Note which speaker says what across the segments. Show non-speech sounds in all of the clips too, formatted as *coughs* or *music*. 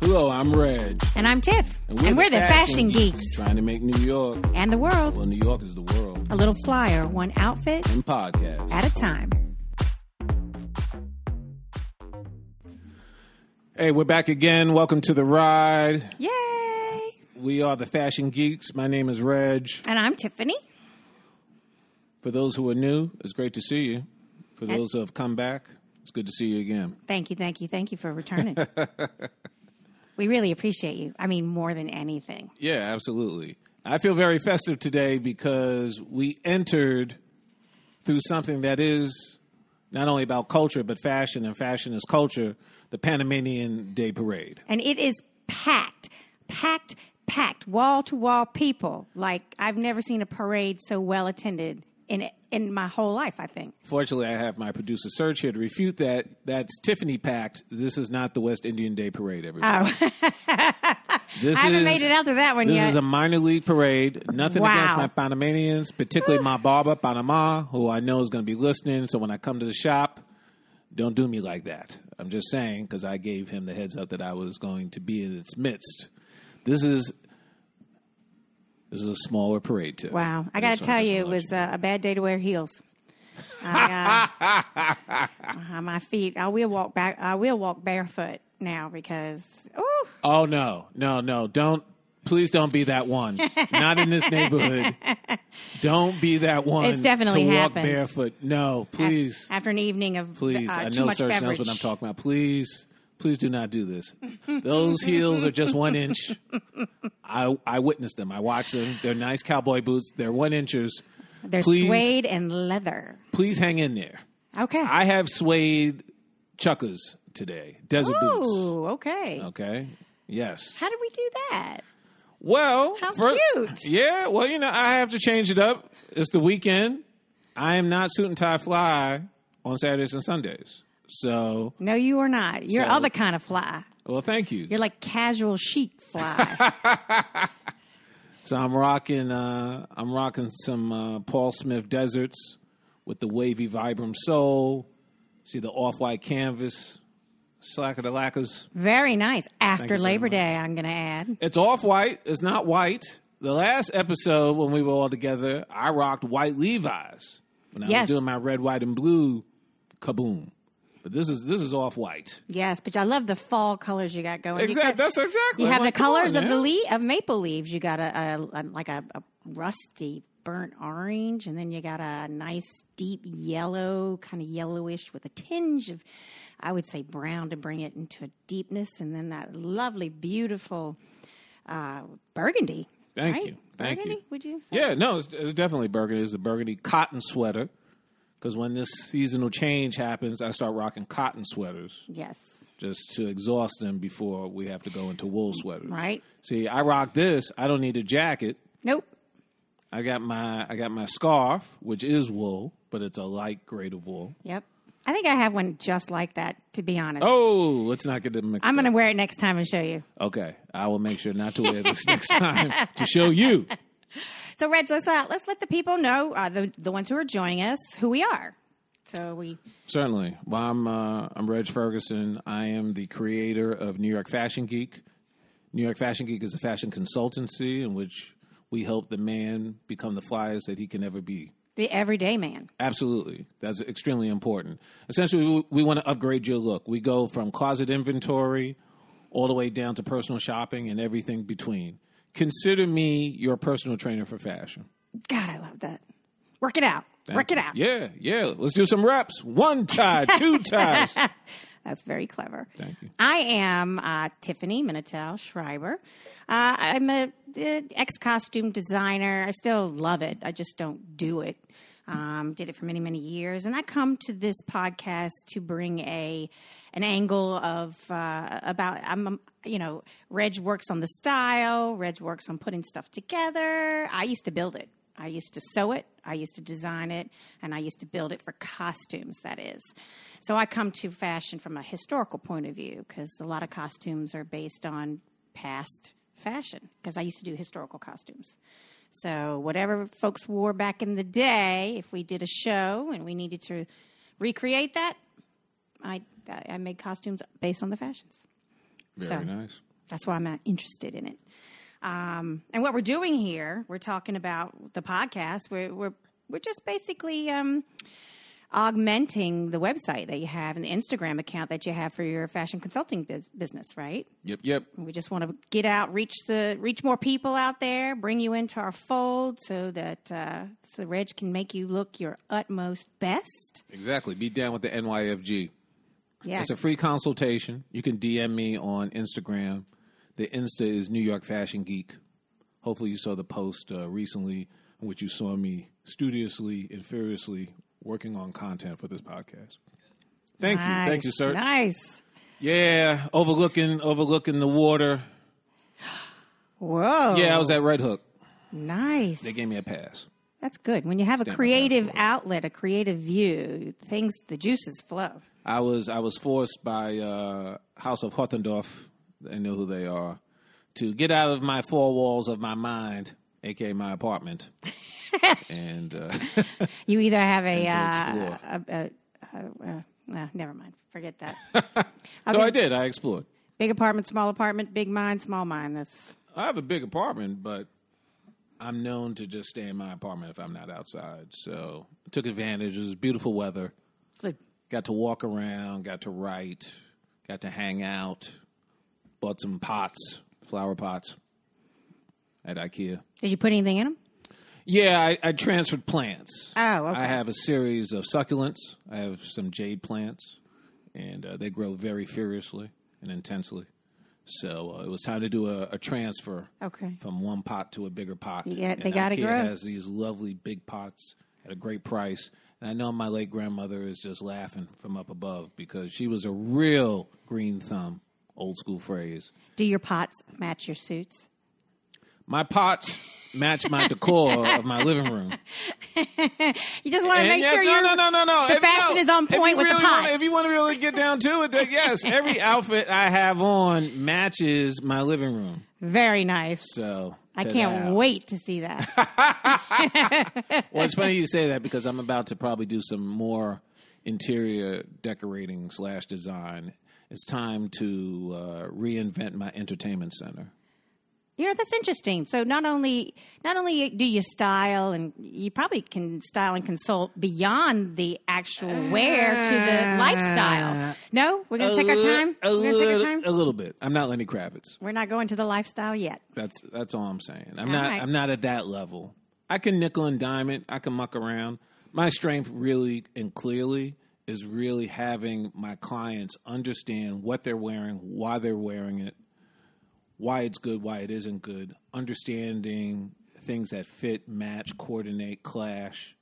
Speaker 1: Hello, I'm Reg.
Speaker 2: And I'm Tiff. And we're, the, fashion, geeks.
Speaker 1: Trying to make New York,
Speaker 2: and the world
Speaker 1: well, New York is the world,
Speaker 2: a little flyer, one outfit
Speaker 1: in podcast.
Speaker 2: at a time.
Speaker 1: Hey, we're back again. Welcome to the ride.
Speaker 2: Yay!
Speaker 1: We are the Fashion Geeks. My name is Reg.
Speaker 2: And I'm Tiffany.
Speaker 1: For those who are new, it's great to see you. For those who have come back, it's good to see you again.
Speaker 2: Thank you, thank you, thank you for *laughs* returning. we really appreciate you. I mean, more than anything.
Speaker 1: Yeah, absolutely. I feel very festive today because we entered through something that is not only about culture but fashion, and fashion is culture. The Panamanian Day Parade.
Speaker 2: And it is packed, packed, packed, wall to wall people. Like I've never seen a parade so well attended in in my whole life. I think.
Speaker 1: Fortunately, I have my producer Serge here to refute that. That's Tiffany Pact. This is not the West Indian Day Parade, everybody.
Speaker 2: *laughs*
Speaker 1: this
Speaker 2: Oh. I haven't made it out to that one
Speaker 1: This
Speaker 2: yet.
Speaker 1: is a minor league parade. Nothing
Speaker 2: Wow.
Speaker 1: against my Panamanians, particularly my barber, Panama, who I know is going to be listening. So when I come to the shop, don't do me like that. I'm just saying because I gave him the heads up that I was going to be in its midst. This is this is a smaller parade too.
Speaker 2: Wow, I got
Speaker 1: just
Speaker 2: to
Speaker 1: wanted
Speaker 2: tell
Speaker 1: to
Speaker 2: you, it
Speaker 1: let
Speaker 2: was uh, a bad day to wear heels. I,
Speaker 1: *laughs*
Speaker 2: uh, uh, my feet. I will walk back. I will walk barefoot now because oh,
Speaker 1: Oh no, no, no! Don't please don't be that one. Not in this neighborhood. Don't be that one.
Speaker 2: It's definitely
Speaker 1: to walk
Speaker 2: happened.
Speaker 1: barefoot. No, please,
Speaker 2: after an evening of
Speaker 1: please.
Speaker 2: Uh,
Speaker 1: I
Speaker 2: too
Speaker 1: know
Speaker 2: much
Speaker 1: Serge knows
Speaker 2: beverage.
Speaker 1: what I'm talking about. Please, please do not do this. Those heels are just one inch. I I witnessed them. I watched them. They're nice cowboy boots. They're one inchers.
Speaker 2: They're
Speaker 1: please,
Speaker 2: suede and leather.
Speaker 1: please hang in there.
Speaker 2: Okay.
Speaker 1: I have suede chuckers today. Desert boots.
Speaker 2: oh, okay.
Speaker 1: Okay. Yes.
Speaker 2: How did we do that?
Speaker 1: Well,
Speaker 2: How cute.
Speaker 1: Yeah, well, you know, I have to change it up. It's the weekend. I am not suit and tie fly on Saturdays and Sundays. So,
Speaker 2: No, you are not. You're
Speaker 1: So-
Speaker 2: other kind of fly.
Speaker 1: well, thank you.
Speaker 2: You're like casual
Speaker 1: *laughs*
Speaker 2: chic fly.
Speaker 1: So I'm rocking, uh, I'm rocking some uh, Paul Smith deserts with the wavy Vibram sole. See the off white canvas, slack of the lacquers.
Speaker 2: very nice.
Speaker 1: you
Speaker 2: After
Speaker 1: very
Speaker 2: Labor
Speaker 1: much.
Speaker 2: Day, I'm going to add.
Speaker 1: It's off white. It's not white. The last episode when we were all together, I rocked white Levi's when I
Speaker 2: Yes.
Speaker 1: was doing my red, white, and blue. Kaboom! But this is this is off white.
Speaker 2: Yes, but I love the fall colors you got going. You
Speaker 1: Exactly.
Speaker 2: got-
Speaker 1: That's exactly.
Speaker 2: You
Speaker 1: I'm
Speaker 2: have
Speaker 1: like,
Speaker 2: the
Speaker 1: come on,
Speaker 2: colors of the
Speaker 1: man.
Speaker 2: le- of maple leaves. You got a, a, a like a, a rusty burnt orange, and then you got a nice deep yellow, kind of yellowish with a tinge of, I would say, brown to bring it into a deepness, and then that lovely, beautiful uh, burgundy.
Speaker 1: Thank
Speaker 2: right?
Speaker 1: you. Thank you.
Speaker 2: burgundy, Would you? Say?
Speaker 1: Yeah, no, it's, it's definitely burgundy. It's a burgundy cotton sweater. Because when this seasonal change happens, I start rocking cotton sweaters
Speaker 2: Yes.
Speaker 1: just to exhaust them before we have to go into wool sweaters.
Speaker 2: Right.
Speaker 1: See, I rock this. I don't need a jacket.
Speaker 2: Nope.
Speaker 1: I got my I got my scarf, which is wool, but it's a light grade of wool.
Speaker 2: Yep. I think I have one just like that. To be honest,
Speaker 1: Oh, let's not get them mixed.
Speaker 2: I'm going to
Speaker 1: up.
Speaker 2: wear it next time and show you.
Speaker 1: Okay, I will make sure not to wear this next time to show you.
Speaker 2: So, Reg, let's uh, let's let the people know uh, the the ones who are joining us who we are. So we
Speaker 1: Certainly. Well, I'm uh, I'm Reg Ferguson. I am the creator of New York Fashion Geek. New York Fashion Geek is a fashion consultancy in which we help the man become the flyest that he can ever be.
Speaker 2: the everyday man.
Speaker 1: Absolutely. That's extremely important. Essentially, we, we want to upgrade your look. We go from closet inventory all the way down to personal shopping and everything between. Consider me your personal trainer for fashion.
Speaker 2: God, I love that. Work it out. Work it out.
Speaker 1: Yeah, yeah. Let's do some reps. One tie,
Speaker 2: *laughs*
Speaker 1: two ties.
Speaker 2: That's very clever. Thank
Speaker 1: you.
Speaker 2: I am uh, Tiffany Minitel Schreiber. Uh, I'm a uh, ex costume designer. I still love it. I just don't do it. Um, did it for many many years, and I come to this podcast to bring a an angle of uh, about I'm um, you know Reg works on the style. Reg works on putting stuff together. I used to build it. I used to sew it, I used to design it, and I used to build it for costumes, that is. So I come to fashion from a historical point of view because a lot of costumes are based on past fashion because I used to do historical costumes. So whatever folks wore back in the day, if we did a show and we needed to recreate that, I, I made costumes based on the fashions.
Speaker 1: Very
Speaker 2: So-
Speaker 1: nice.
Speaker 2: That's why I'm not interested in it. Um, and what we're doing here, we're talking about the podcast. We're we're we're just basically um, augmenting the website that you have and the Instagram account that you have for your fashion consulting bus- business, right?
Speaker 1: Yep, yep.
Speaker 2: We just want to get out, reach the reach more people out there, bring you into our fold, so that uh, so Reg can make you look your utmost best.
Speaker 1: Exactly. Be down with the NYFG.
Speaker 2: Yeah,
Speaker 1: It's a free consultation. You can DM me on Instagram. The Insta is New York Fashion Geek. Hopefully, you saw the post uh, recently in which you saw me studiously and furiously working on content for this podcast. Thank you, thank you,
Speaker 2: Nice,
Speaker 1: sir.
Speaker 2: Nice.
Speaker 1: Yeah, overlooking, overlooking the water.
Speaker 2: Whoa.
Speaker 1: Yeah, I was at Red Hook.
Speaker 2: nice.
Speaker 1: They gave me a pass.
Speaker 2: That's good. When you have a
Speaker 1: Stand-up
Speaker 2: creative outlet, a creative view, things the juices flow.
Speaker 1: I was I was forced by uh, House of Hottendorf, I know who they are, to get out of my four walls of my mind, aka my apartment, and uh,
Speaker 2: You either have a,
Speaker 1: to
Speaker 2: uh, a, a, a, a- uh, never mind, forget that. *laughs*
Speaker 1: so I did. I explored.
Speaker 2: big apartment, small apartment, big mind, small mind. That's
Speaker 1: I have a big apartment, but I'm known to just stay in my apartment if I'm not outside. So I took advantage. It was beautiful weather.
Speaker 2: good.
Speaker 1: Got to walk around. Got to write. Got to hang out. Bought some pots, flower pots, at IKEA.
Speaker 2: Did you put anything in them?
Speaker 1: Yeah, I, I transferred plants.
Speaker 2: Oh, okay.
Speaker 1: I have a series of succulents. I have some jade plants, and uh, they grow very furiously and intensely. So uh, it was time to do a, a transfer
Speaker 2: Okay.
Speaker 1: from one pot to a bigger pot.
Speaker 2: Yeah, they
Speaker 1: And
Speaker 2: gotta
Speaker 1: IKEA
Speaker 2: grow.
Speaker 1: has these lovely big pots at a great price. And I know my late grandmother is just laughing from up above because she was a real green thumb, old school phrase.
Speaker 2: Do your pots match your suits?
Speaker 1: My pots match
Speaker 2: *laughs*
Speaker 1: my decor of my living room.
Speaker 2: You just want to
Speaker 1: And
Speaker 2: make
Speaker 1: yes,
Speaker 2: sure
Speaker 1: no,
Speaker 2: you're
Speaker 1: no, no, no, no.
Speaker 2: the
Speaker 1: If-
Speaker 2: fashion
Speaker 1: no,
Speaker 2: is on
Speaker 1: if you
Speaker 2: point with the
Speaker 1: really wanna-
Speaker 2: pots.
Speaker 1: if you want to really get down to it, then
Speaker 2: *laughs*
Speaker 1: yes, every outfit I have on matches my living room.
Speaker 2: very nice.
Speaker 1: So
Speaker 2: I
Speaker 1: check
Speaker 2: can't
Speaker 1: it out.
Speaker 2: wait to see that.
Speaker 1: Well, it's funny you say that because I'm about to probably do some more interior decorating slash design. It's time to uh, reinvent my entertainment center.
Speaker 2: you know that's interesting. So not only not only do you style and you probably can style and consult beyond the actual wear to the lifestyle. No, we're gonna take our
Speaker 1: li-
Speaker 2: time.
Speaker 1: A,
Speaker 2: We're gonna take
Speaker 1: little-
Speaker 2: our time.
Speaker 1: a little bit. I'm not Lenny Kravitz.
Speaker 2: We're not going to the lifestyle yet.
Speaker 1: That's that's all I'm saying. I'm not
Speaker 2: right.
Speaker 1: I'm not at that level. I can nickel and dime it. I can muck around. My strength really and clearly is really having my clients understand what they're wearing, why they're wearing it, why it's good, why it isn't good, understanding things that fit, match, coordinate, clash.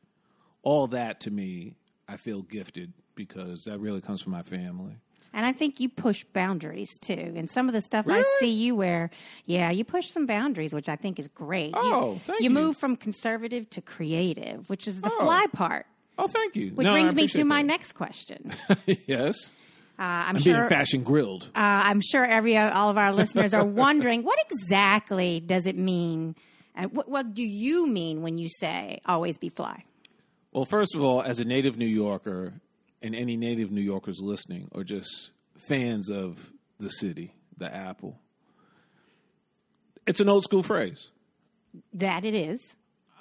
Speaker 1: All that to me, I feel gifted because that really comes from my family.
Speaker 2: And I think you push boundaries too. And some of the stuff I
Speaker 1: Really?
Speaker 2: see you wear, yeah, you push some boundaries, which I think is great.
Speaker 1: Oh,
Speaker 2: you,
Speaker 1: thank you.
Speaker 2: You move from conservative to creative, which is the fly part.
Speaker 1: Oh, thank you.
Speaker 2: Which brings me to my next question. Uh,
Speaker 1: *laughs* yes.
Speaker 2: I'm
Speaker 1: Being
Speaker 2: sure
Speaker 1: fashion grilled.
Speaker 2: uh, I'm sure every all of our listeners are wondering what exactly does it mean, and what, what do you mean when you say "always be fly"?
Speaker 1: Well, first of all, as a native New Yorker, and any native New Yorkers listening, or just fans of the city, the apple, it's an old school phrase.
Speaker 2: That it is.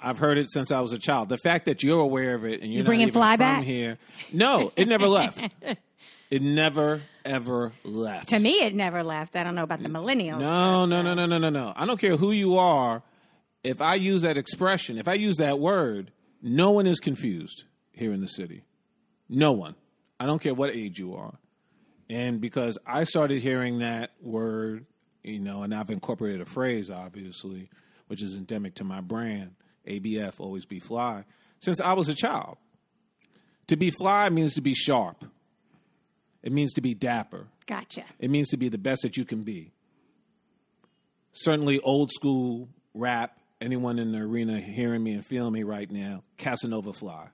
Speaker 1: I've heard it since I was a child. The fact that you're aware of it and you're, not
Speaker 2: bringing
Speaker 1: even
Speaker 2: fly
Speaker 1: from
Speaker 2: back?
Speaker 1: here, no, it never
Speaker 2: *laughs*
Speaker 1: left. It never ever left.
Speaker 2: To me, it never left. I don't know about the millennials.
Speaker 1: No, no, no, no, no, no, no. I don't care who you are. If I use that expression, if I use that word, no one is confused here in the city. No one. I don't care what age you are. And because I started hearing that word, you know, and I've incorporated a phrase, obviously, which is endemic to my brand, ABF, always be fly, since I was a child. To be fly means to be sharp, it means to be dapper,
Speaker 2: Gotcha.
Speaker 1: it means to be the best that you can be. Certainly, old school rap. Anyone in the arena hearing me and feeling me right now, Casanova Fly,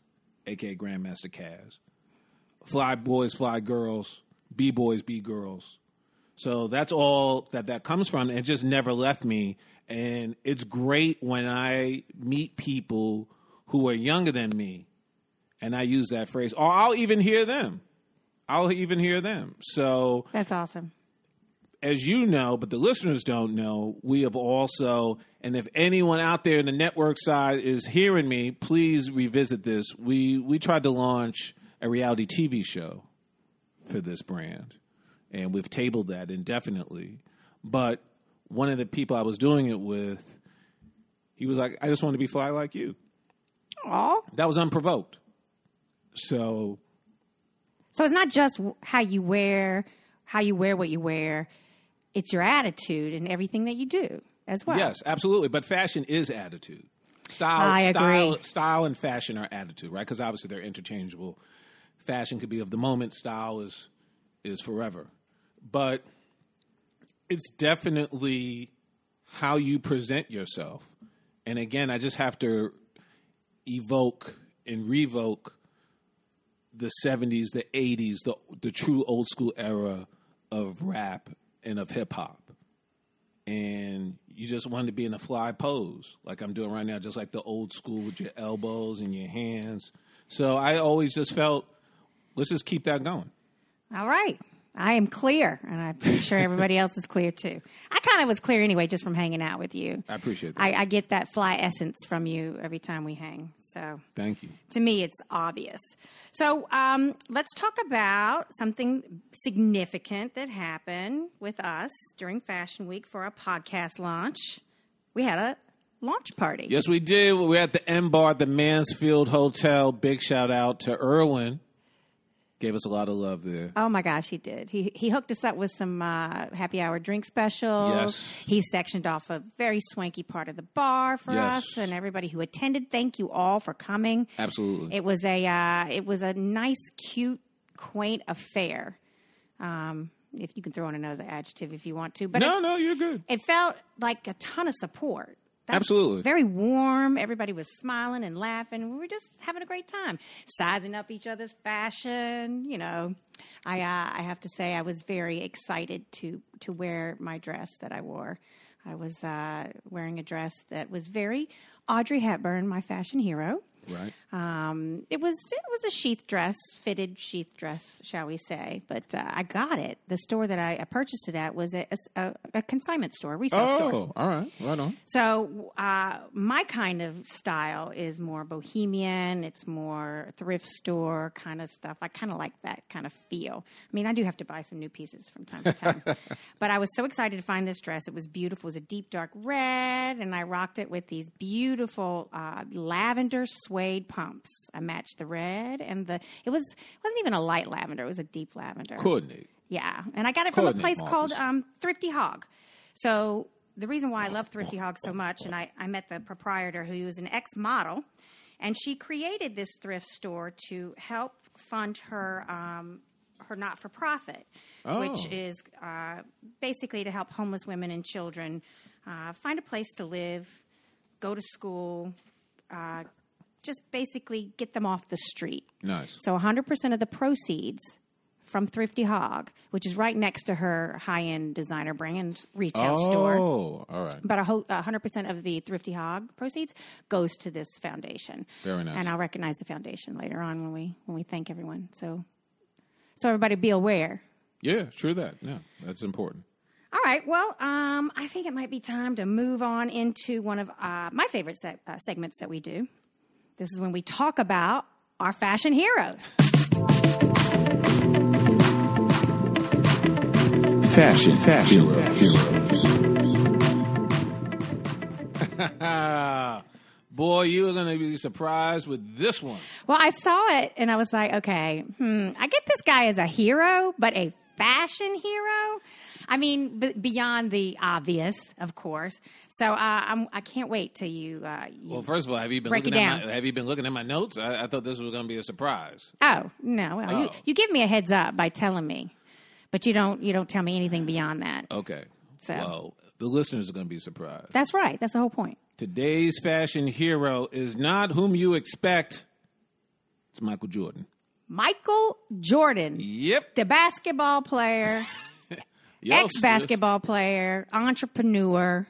Speaker 1: aka Grandmaster Cas. Fly boys, fly girls, b boys, b girls. So that's all that that comes from. It just never left me, and it's great when I meet people who are younger than me, and I use that phrase, or I'll even hear them. I'll even hear them. So
Speaker 2: That's awesome.
Speaker 1: as you know, but the listeners don't know, we have also, and if anyone out there in the network side is hearing me, please revisit this. We we tried to launch a reality TV show for this brand, and we've tabled that indefinitely. But one of the people I was doing it with, he was like, "I just want to be fly like you."
Speaker 2: Aw.
Speaker 1: That was unprovoked. So
Speaker 2: So it's not just w- how you wear, how you wear what you wear. It's your attitude and everything that you do as well.
Speaker 1: Yes, absolutely. But fashion is attitude. Style,
Speaker 2: I
Speaker 1: style,
Speaker 2: agree.
Speaker 1: style, and fashion are attitude, right? Because obviously they're interchangeable. Fashion could be of the moment. Style is is forever. But it's definitely how you present yourself. And again, I just have to evoke and revoke the 70s, the 80s, the the true old school era of rap and of hip hop and you just wanted to be in a fly pose like I'm doing right now, just like the old school with your elbows and your hands. So I always just felt, let's just keep that going.
Speaker 2: All right. I am clear, and I'm pretty
Speaker 1: *laughs*
Speaker 2: sure everybody else is clear too. I kind of was clear anyway, just from hanging out with you.
Speaker 1: I appreciate that.
Speaker 2: I, I get that fly essence from you every time we hang. So
Speaker 1: Thank you.
Speaker 2: to me, it's obvious. So um, let's talk about something significant that happened with us during Fashion Week for our podcast launch. We had a launch party.
Speaker 1: Yes, we did. We were at the M Bar at the Mansfield Hotel. Big shout out to Irwin. Gave us a lot of love there.
Speaker 2: Oh my gosh, he did. He he hooked us up with some uh, happy hour drink specials.
Speaker 1: Yes.
Speaker 2: He sectioned off a very swanky part of the bar for
Speaker 1: Yes.
Speaker 2: us and everybody who attended. Thank you all for coming.
Speaker 1: Absolutely.
Speaker 2: It was a uh, it was a nice, cute, quaint affair. Um, if you can throw in another adjective if you want to, but
Speaker 1: No,
Speaker 2: it,
Speaker 1: no, you're good.
Speaker 2: it felt like a ton of support. That's
Speaker 1: Absolutely.
Speaker 2: Very warm. Everybody was smiling and laughing. We were just having a great time, sizing up each other's fashion. You know, I uh, I have to say I was very excited to to wear my dress that I wore. I was uh, wearing a dress that was very Audrey Hepburn, my fashion hero.
Speaker 1: Right.
Speaker 2: Um, it was it was a sheath dress, fitted sheath dress, shall we say? But uh, I got it. The store that I, I purchased it at was a, a, a consignment store, a resale Uh, store.
Speaker 1: Oh, all right. Right on.
Speaker 2: So uh, my kind of style is more bohemian. It's more thrift store kind of stuff. I kind of like that kind of feel. I mean, I do have to buy some new pieces from time to time, but I was so excited to find this dress. It was beautiful. It was a deep dark red, and I rocked it with these beautiful uh, lavender suede pumps. I matched the red and the. It was it wasn't even a light lavender. It was a deep lavender.
Speaker 1: Coordinate.
Speaker 2: Yeah, and I got it from a
Speaker 1: Coordinate
Speaker 2: place called
Speaker 1: markers.
Speaker 2: um, Thrifty Hog. So the reason why I love Thrifty Hog so much, and I, I met the proprietor who was an ex model, and she created this thrift store to help fund her um, her not for profit, which
Speaker 1: Oh.
Speaker 2: is uh, basically to help homeless women and children uh, find a place to live, go to school, uh, just basically get them off the street.
Speaker 1: Nice.
Speaker 2: So 100% of the proceeds from Thrifty Hog, which is right next to her high end designer brand retail
Speaker 1: oh,
Speaker 2: store.
Speaker 1: all right.
Speaker 2: But a ho- a 100% of the Thrifty Hog proceeds goes to this foundation.
Speaker 1: Very nice.
Speaker 2: And I'll recognize the foundation later on when we when we thank everyone. So so everybody be aware.
Speaker 1: Yeah, true that. Yeah, that's important.
Speaker 2: All right. Well, um, I think it might be time to move on into one of uh, my favorite se- uh, segments that we do. This is when we talk about our fashion heroes.
Speaker 1: Fashion, fashion, heroes. *laughs* Boy, you are going to be surprised with this one.
Speaker 2: Well, I saw it and I was like, okay, hmm, I get this guy as a hero, but a fashion hero? I mean, b- beyond the obvious, of course. So uh, I'm, I can't wait till you. Uh, you
Speaker 1: Well, first of all, have you been
Speaker 2: Break
Speaker 1: looking
Speaker 2: it
Speaker 1: at
Speaker 2: down.
Speaker 1: my have you been looking at my notes? I, I thought this was going to be a surprise.
Speaker 2: oh no, well, You,
Speaker 1: Oh.
Speaker 2: you give me a heads up by telling me, but you don't. You don't tell me anything beyond that.
Speaker 1: Okay.
Speaker 2: So-
Speaker 1: Well, the listeners are going to be surprised.
Speaker 2: That's right. That's the whole point.
Speaker 1: Today's fashion hero is not whom you expect. It's Michael Jordan.
Speaker 2: Michael Jordan,
Speaker 1: Yep.
Speaker 2: the basketball player, *laughs*
Speaker 1: Yo,
Speaker 2: ex
Speaker 1: sis.
Speaker 2: basketball player, entrepreneur.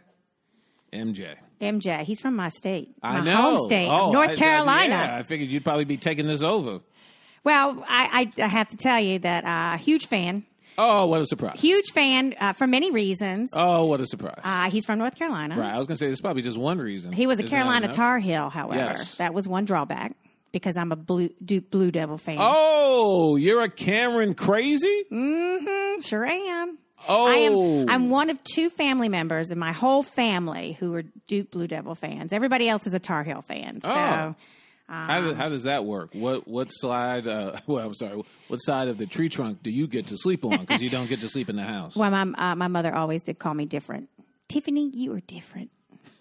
Speaker 1: MJ.
Speaker 2: MJ, he's from my state, my
Speaker 1: I know.
Speaker 2: home state,
Speaker 1: Oh, I-
Speaker 2: North
Speaker 1: I-
Speaker 2: Carolina.
Speaker 1: yeah, I figured you'd probably be taking this over.
Speaker 2: Well, I, I, I have to tell you that uh, huge fan.
Speaker 1: Oh, what a surprise!
Speaker 2: Huge fan uh, for many reasons.
Speaker 1: oh, what a surprise!
Speaker 2: Uh, he's from North Carolina.
Speaker 1: right, I was gonna say there's probably just one reason.
Speaker 2: He was a
Speaker 1: Isn't that
Speaker 2: Carolina
Speaker 1: enough?
Speaker 2: Tar Heel, however.
Speaker 1: Yes.
Speaker 2: That was one drawback because I'm a Blue, Duke Blue Devil fan.
Speaker 1: Oh, you're a Cameron crazy?
Speaker 2: hmm sure am.
Speaker 1: Oh,
Speaker 2: I am. I'm one of two family members in my whole family who are Duke Blue Devil fans. Everybody else is a Tar Heel fan. So
Speaker 1: Oh. How, does, how does that work? What what slide? Uh, *laughs* well, I'm sorry. What side of the tree trunk do you get to sleep on? Because you don't get to sleep in the
Speaker 2: *laughs*
Speaker 1: house.
Speaker 2: Well, my uh, my mother always did call me different. Tiffany, you are different.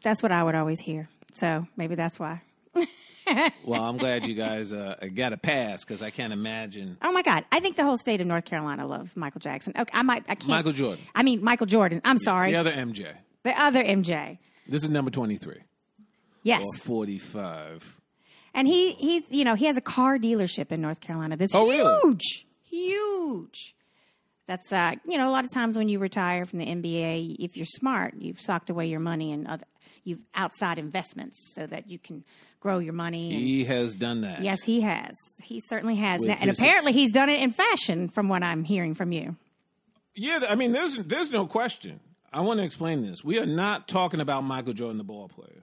Speaker 2: That's what I would always hear. So maybe that's why.
Speaker 1: Well, I'm glad you guys uh, got a pass because I can't imagine
Speaker 2: Oh my God! I think the whole state of North Carolina loves Michael Jackson. Okay, I might. I can't.
Speaker 1: Michael Jordan.
Speaker 2: I mean Michael Jordan. I'm sorry.
Speaker 1: The other MJ.
Speaker 2: The other MJ.
Speaker 1: This is number 23
Speaker 2: Yes.
Speaker 1: or 45.
Speaker 2: And he he you know, he has a car dealership in North Carolina. That's
Speaker 1: Oh, really?
Speaker 2: huge. Huge. That's uh, you know, a lot of times when you retire from the NBA, if you're smart, you've socked away your money and other you've outside investments so that you can grow your money. And,
Speaker 1: He has done that.
Speaker 2: Yes, he has. He certainly has.
Speaker 1: With
Speaker 2: And
Speaker 1: his
Speaker 2: apparently
Speaker 1: ex-
Speaker 2: he's done it in fashion from what I'm hearing from you.
Speaker 1: Yeah, I mean, there's there's no question. I want to explain this. We are not talking about Michael Jordan, the ball player,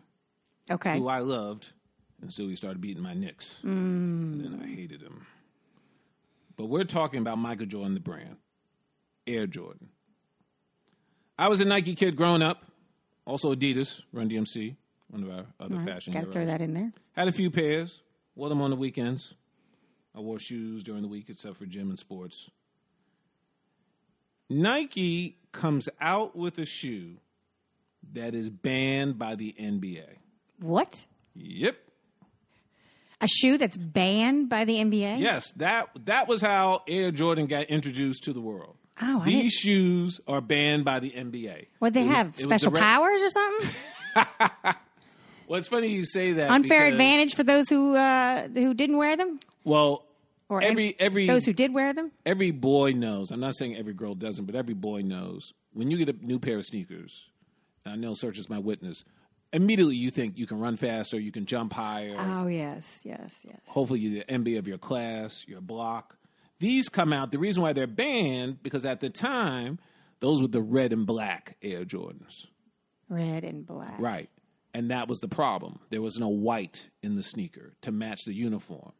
Speaker 2: Okay.
Speaker 1: who I loved until he started beating my Knicks. And then I hated him. But we're talking about Michael Jordan, the brand, Air Jordan. I was a Nike kid growing up, also Adidas, Run DMC, one of our other fashion
Speaker 2: Got to
Speaker 1: heroes.
Speaker 2: throw that in there.
Speaker 1: Had a few pairs. Wore them on the weekends. I wore shoes during the week except for gym and sports. Nike comes out with a shoe that is banned by the NBA.
Speaker 2: What?
Speaker 1: Yep.
Speaker 2: A shoe that's banned by the NBA?
Speaker 1: Yes, that that was how Air Jordan got introduced to the world.
Speaker 2: Oh, I didn't-
Speaker 1: These shoes are banned by the NBA.
Speaker 2: What they
Speaker 1: It was- it
Speaker 2: have
Speaker 1: was
Speaker 2: special
Speaker 1: direct-
Speaker 2: powers
Speaker 1: *laughs*
Speaker 2: or something?
Speaker 1: Well, it's funny you say that.
Speaker 2: unfair
Speaker 1: because-
Speaker 2: advantage for those who uh, who didn't wear them,
Speaker 1: Well,
Speaker 2: or
Speaker 1: every every
Speaker 2: those who did wear them.
Speaker 1: every boy knows. I'm not saying every girl doesn't, but every boy knows when you get a new pair of sneakers. And I know Search is my witness. Immediately, you think you can run faster, you can jump higher.
Speaker 2: Oh yes, yes, yes.
Speaker 1: Hopefully, you're the envy of your class, your block. These come out. The reason why they're banned because at the time, those were the red and black Air Jordans,
Speaker 2: Red and black.
Speaker 1: right? And that was the problem. There was no white in the sneaker to match the uniform.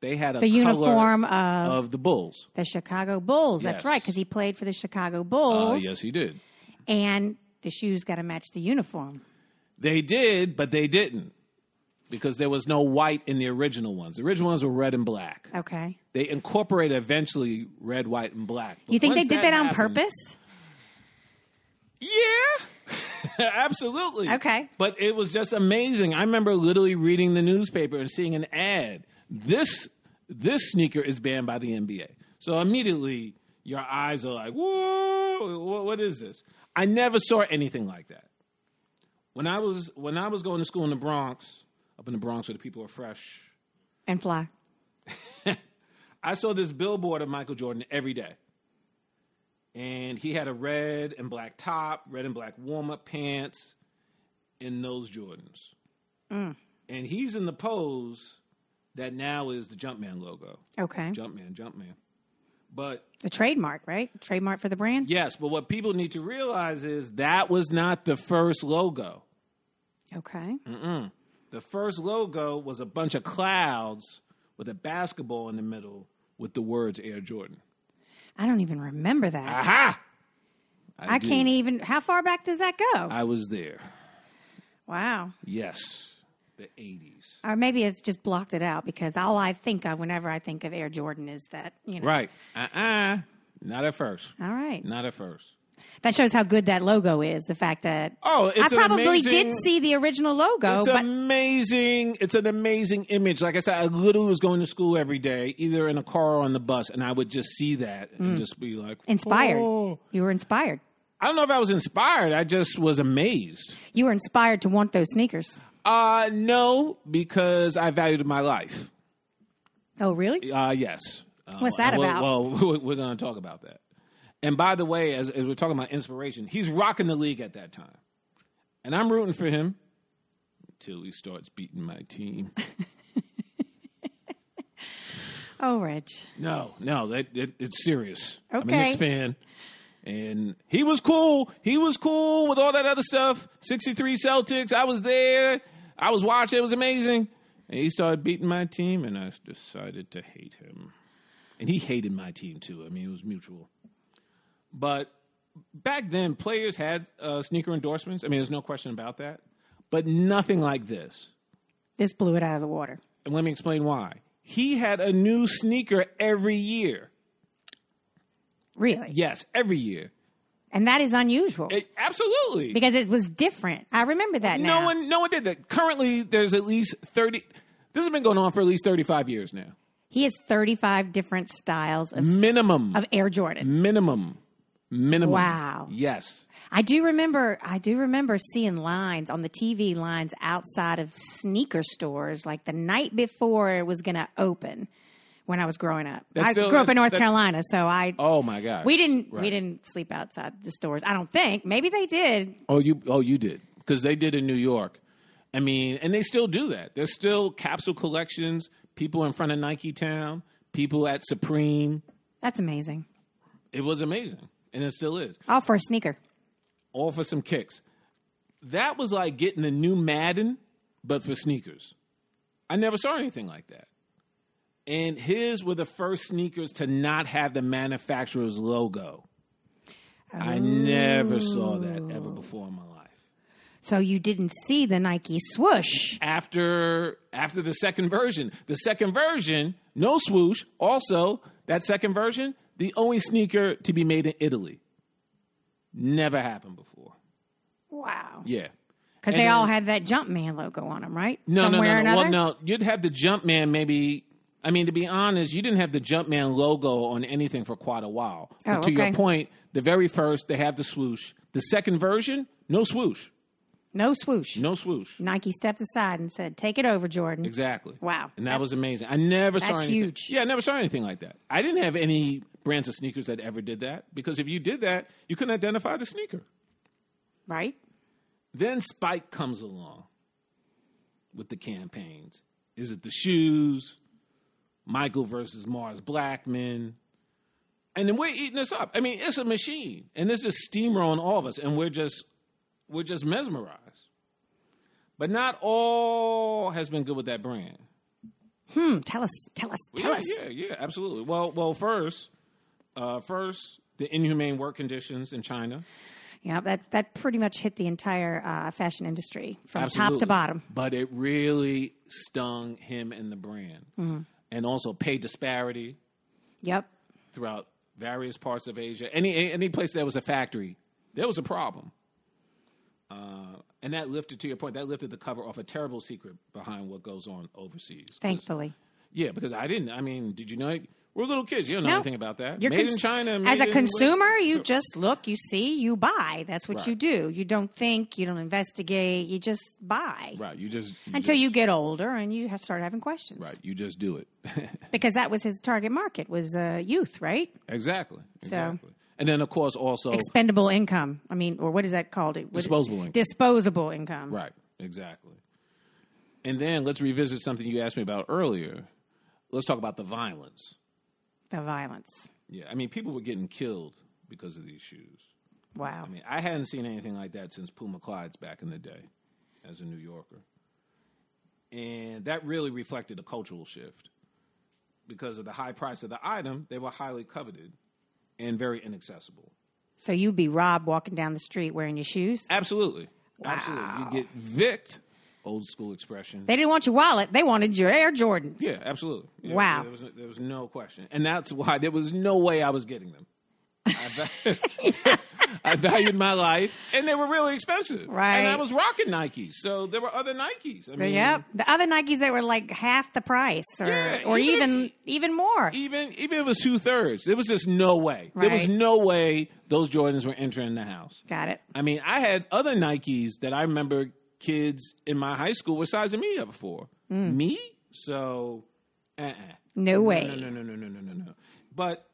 Speaker 1: They had a
Speaker 2: The
Speaker 1: color
Speaker 2: uniform of
Speaker 1: of the Bulls.
Speaker 2: the Chicago Bulls. That's
Speaker 1: Yes.
Speaker 2: right, because he played for the Chicago
Speaker 1: Oh,
Speaker 2: Bulls,
Speaker 1: yes, he did.
Speaker 2: and the shoes got to match the uniform.
Speaker 1: They did, but they didn't because there was no white in the original ones. The original ones were red and black.
Speaker 2: Okay.
Speaker 1: They incorporated eventually red, white, and black. But
Speaker 2: You think they
Speaker 1: once
Speaker 2: did that, on
Speaker 1: happened-
Speaker 2: purpose?
Speaker 1: Yeah, *laughs* absolutely.
Speaker 2: Okay.
Speaker 1: But it was just amazing. I remember literally reading the newspaper and seeing an ad. This this sneaker is banned by the NBA. So immediately your eyes are like, whoa, wh- what is this? I never saw anything like that. When I was when I was going to school in the Bronx, up in the Bronx where the people are fresh,
Speaker 2: And fly.
Speaker 1: I saw this billboard of Michael Jordan every day. And he had a red and black top, red and black warm up pants, and those Jordans. And he's in the pose that now is the Jumpman logo.
Speaker 2: Okay.
Speaker 1: Jumpman, Jumpman. But
Speaker 2: The trademark, right? Trademark for the brand.
Speaker 1: yes, but what people need to realize is that was not the first logo.
Speaker 2: Okay.
Speaker 1: Mm. The first logo was a bunch of clouds with a basketball in the middle with the words Air Jordan.
Speaker 2: I don't even remember that.
Speaker 1: Aha!
Speaker 2: I,
Speaker 1: do.
Speaker 2: can't even. How far back does that go?
Speaker 1: I was there.
Speaker 2: wow.
Speaker 1: Yes, the eighties.
Speaker 2: Or maybe it's just blocked it out because all I think of whenever I think of Air Jordan is that, you know.
Speaker 1: Right. Uh uh Not at first.
Speaker 2: All right.
Speaker 1: Not at first.
Speaker 2: That shows how good that logo is. The fact that
Speaker 1: Oh, it's
Speaker 2: I
Speaker 1: an
Speaker 2: probably
Speaker 1: amazing-
Speaker 2: did see the original logo,
Speaker 1: It's
Speaker 2: but
Speaker 1: amazing. It's an amazing image. Like I said, I literally was going to school every day, either in a car or on the bus, and I would just see that and just be like
Speaker 2: Mm. inspired.
Speaker 1: "Oh."
Speaker 2: You were inspired.
Speaker 1: I don't know if I was inspired. I just was amazed.
Speaker 2: You were inspired to want those sneakers.
Speaker 1: Uh no, because I valued my life.
Speaker 2: Oh, really?
Speaker 1: Uh, yes. Uh,
Speaker 2: What's that
Speaker 1: well,
Speaker 2: about?
Speaker 1: Well, *laughs* we're- we're going to talk about that. And by the way, as, as we're talking about inspiration, he's rocking the league at that time. And I'm rooting for him until he starts beating my team.
Speaker 2: Oh, Rich.
Speaker 1: No, no, that it, it's serious. I'm a
Speaker 2: Okay.
Speaker 1: Knicks fan. And he was cool. He was cool with all that other stuff. 63 Celtics. I was there. I was watching. It was amazing. And he started beating my team, and I decided to hate him. And he hated my team, too. I mean, it was mutual. But back then, players had uh, sneaker endorsements. I mean, there's no question about that. But nothing like this.
Speaker 2: This blew it out of the water.
Speaker 1: And let me explain why. He had a new sneaker every year.
Speaker 2: Really.
Speaker 1: Yes, every year.
Speaker 2: And that is unusual
Speaker 1: It- Eh, absolutely.
Speaker 2: because it was different. I remember that
Speaker 1: no
Speaker 2: now.
Speaker 1: one no one did that. Currently there's at least 30 This has been going on for at least 35 years now.
Speaker 2: he has 35 different styles of,
Speaker 1: Minimum.
Speaker 2: of Air Jordans.
Speaker 1: minimum. Minimum.
Speaker 2: Wow.
Speaker 1: Yes.
Speaker 2: I do remember I do remember seeing lines on the TV lines outside of sneaker stores like the night before it was going to open when I was growing up.
Speaker 1: That's
Speaker 2: I
Speaker 1: still-
Speaker 2: grew up in
Speaker 1: that's-
Speaker 2: North
Speaker 1: that-
Speaker 2: Carolina, so I
Speaker 1: Oh my god.
Speaker 2: we didn't we
Speaker 1: Right.
Speaker 2: didn't sleep outside the stores. I don't think. Maybe they did.
Speaker 1: Oh you oh you did. Cuz they did in New York. I mean, and they still do that. There's still capsule collections, people in front of Nike Town, people at Supreme.
Speaker 2: That's amazing.
Speaker 1: It was amazing, and it still is.
Speaker 2: All for a sneaker.
Speaker 1: all for some kicks. That was like getting the new Madden, but for sneakers. I never saw anything like that. And his were the first sneakers to not have the manufacturer's logo. I never saw that ever before in my life.
Speaker 2: So you didn't see the Nike swoosh.
Speaker 1: After after the second version, the second version, no swoosh. Also, that second version, the only sneaker to be made in Italy. Never happened before.
Speaker 2: Wow.
Speaker 1: Yeah. And
Speaker 2: Because they
Speaker 1: then-
Speaker 2: all had that Jumpman logo on them, right?
Speaker 1: No, no,
Speaker 2: Somewhere
Speaker 1: no,
Speaker 2: or
Speaker 1: no. Well,
Speaker 2: another?
Speaker 1: no, you'd have the Jumpman maybe. I mean, to be honest, you didn't have the Jumpman logo on anything for quite a while.
Speaker 2: Oh,
Speaker 1: But to your
Speaker 2: okay.
Speaker 1: point, the very first they have the swoosh. The second version, no swoosh,
Speaker 2: No swoosh.
Speaker 1: no swoosh.
Speaker 2: Nike stepped aside and said, "Take it over, Jordan."
Speaker 1: Exactly.
Speaker 2: Wow.
Speaker 1: And that was amazing. I never saw
Speaker 2: that's
Speaker 1: anything.
Speaker 2: huge.
Speaker 1: Yeah, I never saw anything like that. I didn't have any brands of sneakers that ever did that because if you did that, you couldn't identify the sneaker.
Speaker 2: Right?
Speaker 1: Then Spike comes along with the campaigns. Is it the shoes? Michael versus Mars Blackman. And then we're eating this up. I mean, it's a machine. And this is steamrolling all of us. And we're just we're just mesmerized. But not all has been good with that brand.
Speaker 2: Hmm. Tell us. Tell us. Tell
Speaker 1: yeah,
Speaker 2: us.
Speaker 1: yeah, yeah, absolutely. Well well first, uh first, the inhumane work conditions in China.
Speaker 2: Yeah. That that pretty much hit the entire uh, fashion industry from top to
Speaker 1: Absolutely.
Speaker 2: bottom.
Speaker 1: But it really stung him and the brand,
Speaker 2: Mm-hmm.
Speaker 1: and also pay disparity
Speaker 2: Yep.
Speaker 1: throughout various parts of Asia. Any any place there was a factory, there was a problem. Uh, and that lifted, to your point, that lifted the cover off a terrible secret behind what goes on overseas. 'Cause-
Speaker 2: Thankfully,
Speaker 1: yeah, because I didn't. I mean, did you know? it? We're little kids. You don't know
Speaker 2: No.
Speaker 1: anything about that.
Speaker 2: You're
Speaker 1: made
Speaker 2: cons-
Speaker 1: in China.
Speaker 2: As
Speaker 1: made
Speaker 2: a
Speaker 1: in-
Speaker 2: consumer, you
Speaker 1: So-
Speaker 2: just look, you see, you buy. That's what
Speaker 1: Right.
Speaker 2: you do. You don't think. You don't investigate. You just buy
Speaker 1: right. You just you
Speaker 2: until
Speaker 1: just-
Speaker 2: you get older and you have start having questions.
Speaker 1: right. You just do it. *laughs*
Speaker 2: Because that was his target market was uh, youth, right?
Speaker 1: Oh. exactly. Exactly. And then of course also
Speaker 2: Expendable income. I mean, or what is that called? It was-
Speaker 1: Disposable income.
Speaker 2: Disposable income.
Speaker 1: Right, exactly. And then let's revisit something you asked me about earlier. Let's talk about the violence.
Speaker 2: The violence.
Speaker 1: Yeah, I mean, people were getting killed because of these shoes.
Speaker 2: Wow.
Speaker 1: I mean, I hadn't seen anything like that since Puma Clyde's back in the day as a New Yorker. And that really reflected a cultural shift. Because of the high price of the item, they were highly coveted and very inaccessible.
Speaker 2: So you'd be robbed walking down the street wearing your shoes.
Speaker 1: Absolutely. Absolutely. You get vicked, old school expression.
Speaker 2: They didn't want your wallet. They wanted your Air Jordans.
Speaker 1: Yeah, absolutely. Yeah,
Speaker 2: Wow.
Speaker 1: There was, no, there was no question. And that's why there was no way I was getting them. I, va- *laughs* I valued my life, and they were really expensive. And I
Speaker 2: Right.
Speaker 1: was rocking Nikes, so there were other Nikes. I
Speaker 2: But
Speaker 1: mean,
Speaker 2: Yep. The other Nikes that were like half the price or,
Speaker 1: Yeah,
Speaker 2: or
Speaker 1: even if- E-
Speaker 2: even, even more.
Speaker 1: even even if it was two thirds, there was just no way. There was
Speaker 2: Right.
Speaker 1: no way those Jordans were entering the house.
Speaker 2: Got it.
Speaker 1: I mean, I had other Nikes that I remember kids in my high school were sizing me up for. Me? So, uh-uh.
Speaker 2: Mm. No way.
Speaker 1: No, no, no, no, no, no, no, no. But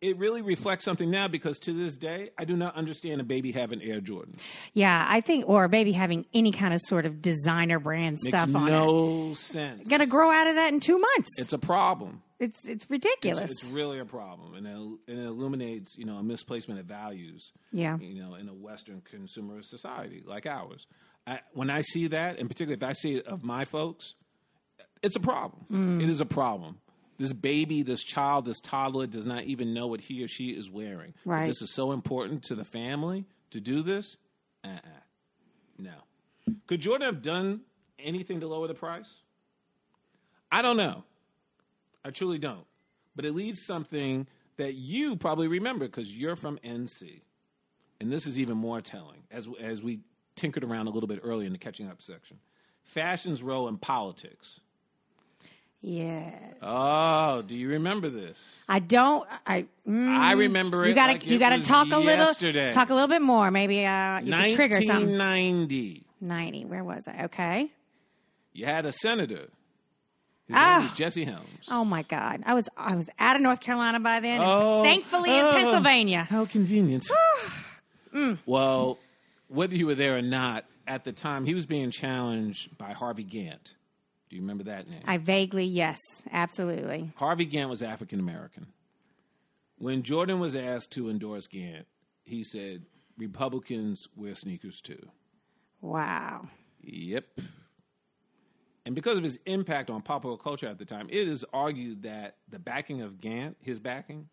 Speaker 1: it really reflects something now because to this day, I do not understand a baby having Air Jordan.
Speaker 2: Yeah, I think, or maybe having any kind of sort of designer brand
Speaker 1: Makes
Speaker 2: stuff on it.
Speaker 1: no sense.
Speaker 2: Got to grow out of that in two months. It's
Speaker 1: it's a problem.
Speaker 2: it's,
Speaker 1: It's,
Speaker 2: ridiculous.
Speaker 1: it's really a problem, and it, and it illuminates you know a misplacement of values.
Speaker 2: yeah,
Speaker 1: you know, in a Western consumerist society like ours. I, when I see that, and particularly if I see it of my folks, it's a problem. It is a problem. This baby, this child, this toddler does not even know what he or she is wearing. But
Speaker 2: Right.
Speaker 1: This is so important to the family to do this. Uh uh No. Could Jordan have done anything to lower the price? I don't know. I truly don't. But it leads something that you probably remember because you're from NC and this is even more telling as as we tinkered around a little bit earlier in the catching up section. Fashion's role in politics.
Speaker 2: yeah.
Speaker 1: Oh, do you remember this?
Speaker 2: I don't. I mm,
Speaker 1: I remember it.
Speaker 2: you gotta
Speaker 1: like
Speaker 2: you
Speaker 1: it
Speaker 2: gotta
Speaker 1: was
Speaker 2: talk a little
Speaker 1: yesterday.
Speaker 2: talk a little bit more. Maybe uh, you can trigger something.
Speaker 1: 1990.
Speaker 2: Ninety. Where was I? Okay.
Speaker 1: You had a senator. His
Speaker 2: Ah.
Speaker 1: name was Jesse Helms.
Speaker 2: Oh my God. I was I was out of North Carolina by then. and
Speaker 1: Oh,
Speaker 2: thankfully in
Speaker 1: oh,
Speaker 2: Pennsylvania.
Speaker 1: How convenient.
Speaker 2: Ah. Mm.
Speaker 1: Well, whether you were there or not, at the time he was being challenged by Harvey Gantt. Do you remember that name?
Speaker 2: I vaguely yes, absolutely.
Speaker 1: Harvey Gantt was African American. When Jordan was asked to endorse Gantt, he said, Republicans wear sneakers too.
Speaker 2: Wow.
Speaker 1: Yep. And because of his impact on popular culture at the time, it is argued that the backing of Gantt, his backing,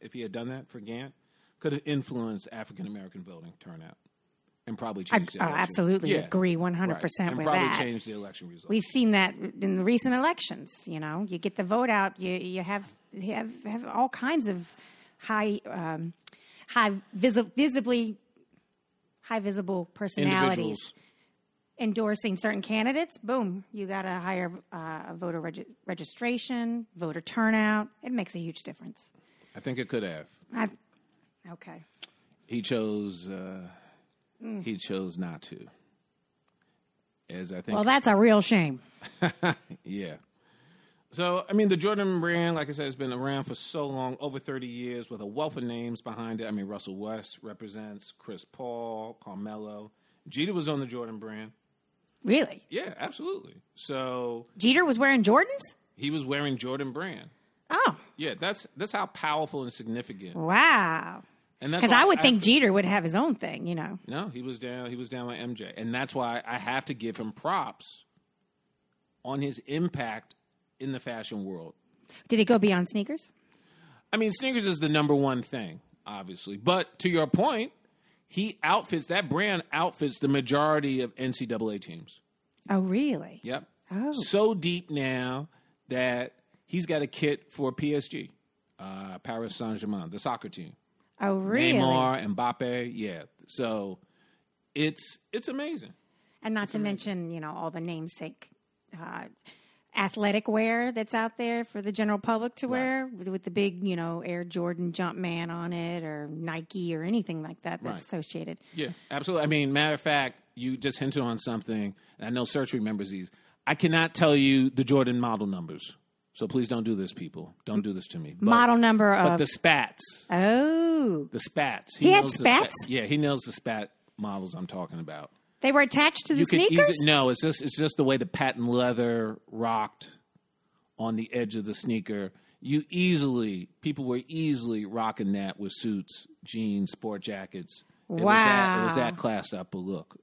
Speaker 1: if he had done that for Gantt, could have influenced African American voting turnout and probably
Speaker 2: I
Speaker 1: changed
Speaker 2: oh,
Speaker 1: the election.
Speaker 2: absolutely
Speaker 1: Yeah,
Speaker 2: agree one
Speaker 1: right.
Speaker 2: hundred percent
Speaker 1: And
Speaker 2: with
Speaker 1: probably
Speaker 2: that.
Speaker 1: changed the election results.
Speaker 2: We've seen that in the recent elections. You know, you get the vote out, you you have you have, have all kinds of high um, high visi- visibly high visible personalities
Speaker 1: Individuals.
Speaker 2: endorsing certain candidates. Boom, you got a higher uh, voter reg- registration, voter turnout. It makes a huge difference.
Speaker 1: I think it could have.
Speaker 2: I, okay,
Speaker 1: he chose uh,
Speaker 2: Mm.
Speaker 1: he chose not to as i think
Speaker 2: well, that's a real shame.
Speaker 1: yeah so i mean the jordan brand like i said has been around for so long over 30 years with a wealth of names behind it i mean russell west represents chris paul carmelo jeter was on the jordan brand
Speaker 2: Really,
Speaker 1: yeah absolutely so
Speaker 2: Jeter was wearing Jordans.
Speaker 1: he was wearing jordan brand
Speaker 2: Oh,
Speaker 1: yeah that's that's how powerful and significant
Speaker 2: wow.
Speaker 1: and that's
Speaker 2: Because
Speaker 1: why
Speaker 2: I would think Jeter would have his own thing, you know.
Speaker 1: No, he was down. He was down with MJ, and that's why I have to give him props on his impact in the fashion world.
Speaker 2: Did it go beyond sneakers?
Speaker 1: I mean, sneakers is the number one thing, obviously. But to your point, he outfits that brand outfits the majority of NCAA teams.
Speaker 2: Oh, really?
Speaker 1: Yep.
Speaker 2: Oh.
Speaker 1: So deep now that he's got a kit for PSG, uh, Paris Saint Germain, the soccer team.
Speaker 2: Oh, really?
Speaker 1: Neymar, Mbappe, yeah. So it's it's amazing.
Speaker 2: And not to mention, you know, all the namesake uh, athletic wear that's out there for the general public to wear with, with the big, you know, Air Jordan Jumpman on it or Nike or anything like that that's
Speaker 1: Right.
Speaker 2: associated.
Speaker 1: Yeah, absolutely. I mean, matter of fact, you just hinted on something, and I know Search remembers these. I cannot tell you the Jordan model numbers, so please don't do this, people. Don't do this to me. But,
Speaker 2: Model number
Speaker 1: but
Speaker 2: of.
Speaker 1: the spats,
Speaker 2: oh.
Speaker 1: the spats.
Speaker 2: He had
Speaker 1: knows the spa-
Speaker 2: spats?
Speaker 1: yeah, he knows the spat models I'm talking about.
Speaker 2: They were attached to the
Speaker 1: You could
Speaker 2: sneakers?
Speaker 1: easily- no, it's just it's just the way the patent leather rocked on the edge of the sneaker. You easily people were easily rocking that with suits, jeans, sport jackets. It was that, it was
Speaker 2: Wow.
Speaker 1: that classed up a look.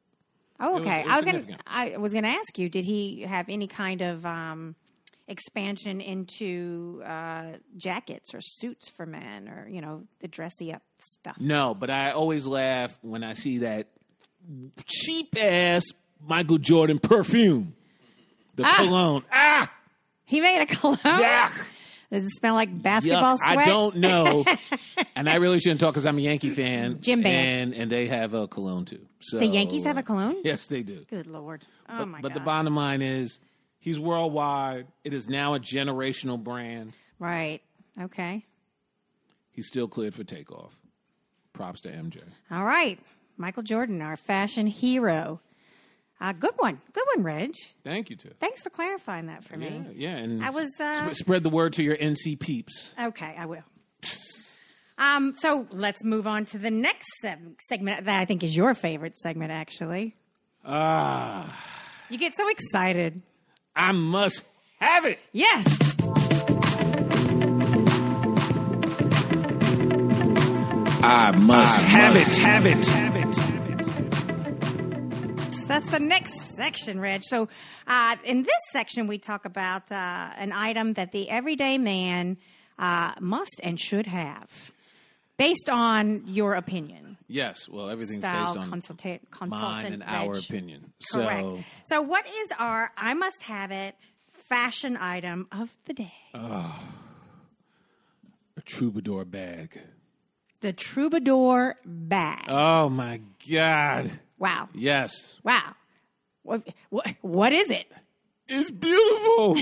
Speaker 2: Oh,
Speaker 1: was-
Speaker 2: okay.
Speaker 1: it was
Speaker 2: I was gonna
Speaker 1: significant.
Speaker 2: I was gonna ask you, did he have any kind of um, expansion into uh, jackets or suits for men, or you know, the dressy up stuff?
Speaker 1: No, but I always laugh when I see that cheap ass Michael Jordan perfume. The cologne. Ah,
Speaker 2: He made a *laughs* cologne.
Speaker 1: yuck.
Speaker 2: Does it smell like basketball
Speaker 1: Yuck.
Speaker 2: sweat?
Speaker 1: I don't
Speaker 2: *laughs*
Speaker 1: know. and I really shouldn't talk because I'm a Yankee fan.
Speaker 2: Jim Band.
Speaker 1: And, and they have a cologne too. So
Speaker 2: The Yankees have a cologne.
Speaker 1: Yes, they do.
Speaker 2: Good lord. Oh my
Speaker 1: but
Speaker 2: god.
Speaker 1: the bottom line is he's worldwide. It is now a generational brand.
Speaker 2: right. Okay.
Speaker 1: He's still cleared for takeoff. Props to MJ.
Speaker 2: All right. Michael Jordan, our fashion hero. Uh, good one. Good one, Reg.
Speaker 1: Thank you, too.
Speaker 2: Thanks for clarifying that for
Speaker 1: Yeah,
Speaker 2: me.
Speaker 1: yeah, and
Speaker 2: I was, uh,
Speaker 1: sp- spread the word to your NC peeps.
Speaker 2: Okay, I will. Um, so let's move on to the next se- segment that I think is your favorite segment, actually.
Speaker 1: Ah,
Speaker 2: You get so excited.
Speaker 1: I must have it.
Speaker 2: Yes.
Speaker 1: I must have it. Have it.
Speaker 2: That's the next section, Reg. So, uh, in this section, we talk about uh, an item that the everyday man uh, must and should have, based on your opinion,
Speaker 1: Yes. Well, everything's
Speaker 2: style,
Speaker 1: based on
Speaker 2: consulta- consultant,
Speaker 1: mine and
Speaker 2: Reg.
Speaker 1: our opinion.
Speaker 2: Correct.
Speaker 1: So,
Speaker 2: so, what is our I must have it fashion item of the day?
Speaker 1: a troubadour bag.
Speaker 2: the troubadour bag.
Speaker 1: Oh my God!
Speaker 2: wow.
Speaker 1: Yes,
Speaker 2: Wow. What, what, what is it?
Speaker 1: it's
Speaker 2: *laughs*
Speaker 1: beautiful.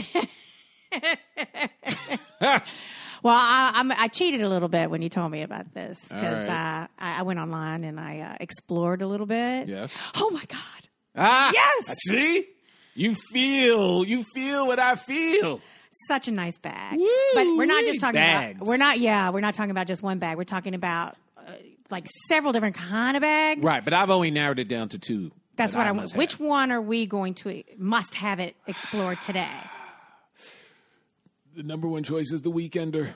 Speaker 2: Well, I, I'm, I cheated a little bit when you told me about this because
Speaker 1: right.
Speaker 2: uh, I, I went online and I uh, explored a little bit.
Speaker 1: Yes.
Speaker 2: Oh my God.
Speaker 1: ah,
Speaker 2: Yes.
Speaker 1: See, you feel, you feel what I feel.
Speaker 2: Such a nice bag. but we're not just talking
Speaker 1: Bags.
Speaker 2: about. We're not. Yeah, we're not talking about just one bag. We're talking about uh, like several different kind of bags.
Speaker 1: Right, but I've only narrowed it down to two.
Speaker 2: That's
Speaker 1: that
Speaker 2: what I
Speaker 1: must
Speaker 2: want.
Speaker 1: have.
Speaker 2: Which one are we going to must have it explored today?
Speaker 1: the number one choice is the weekender.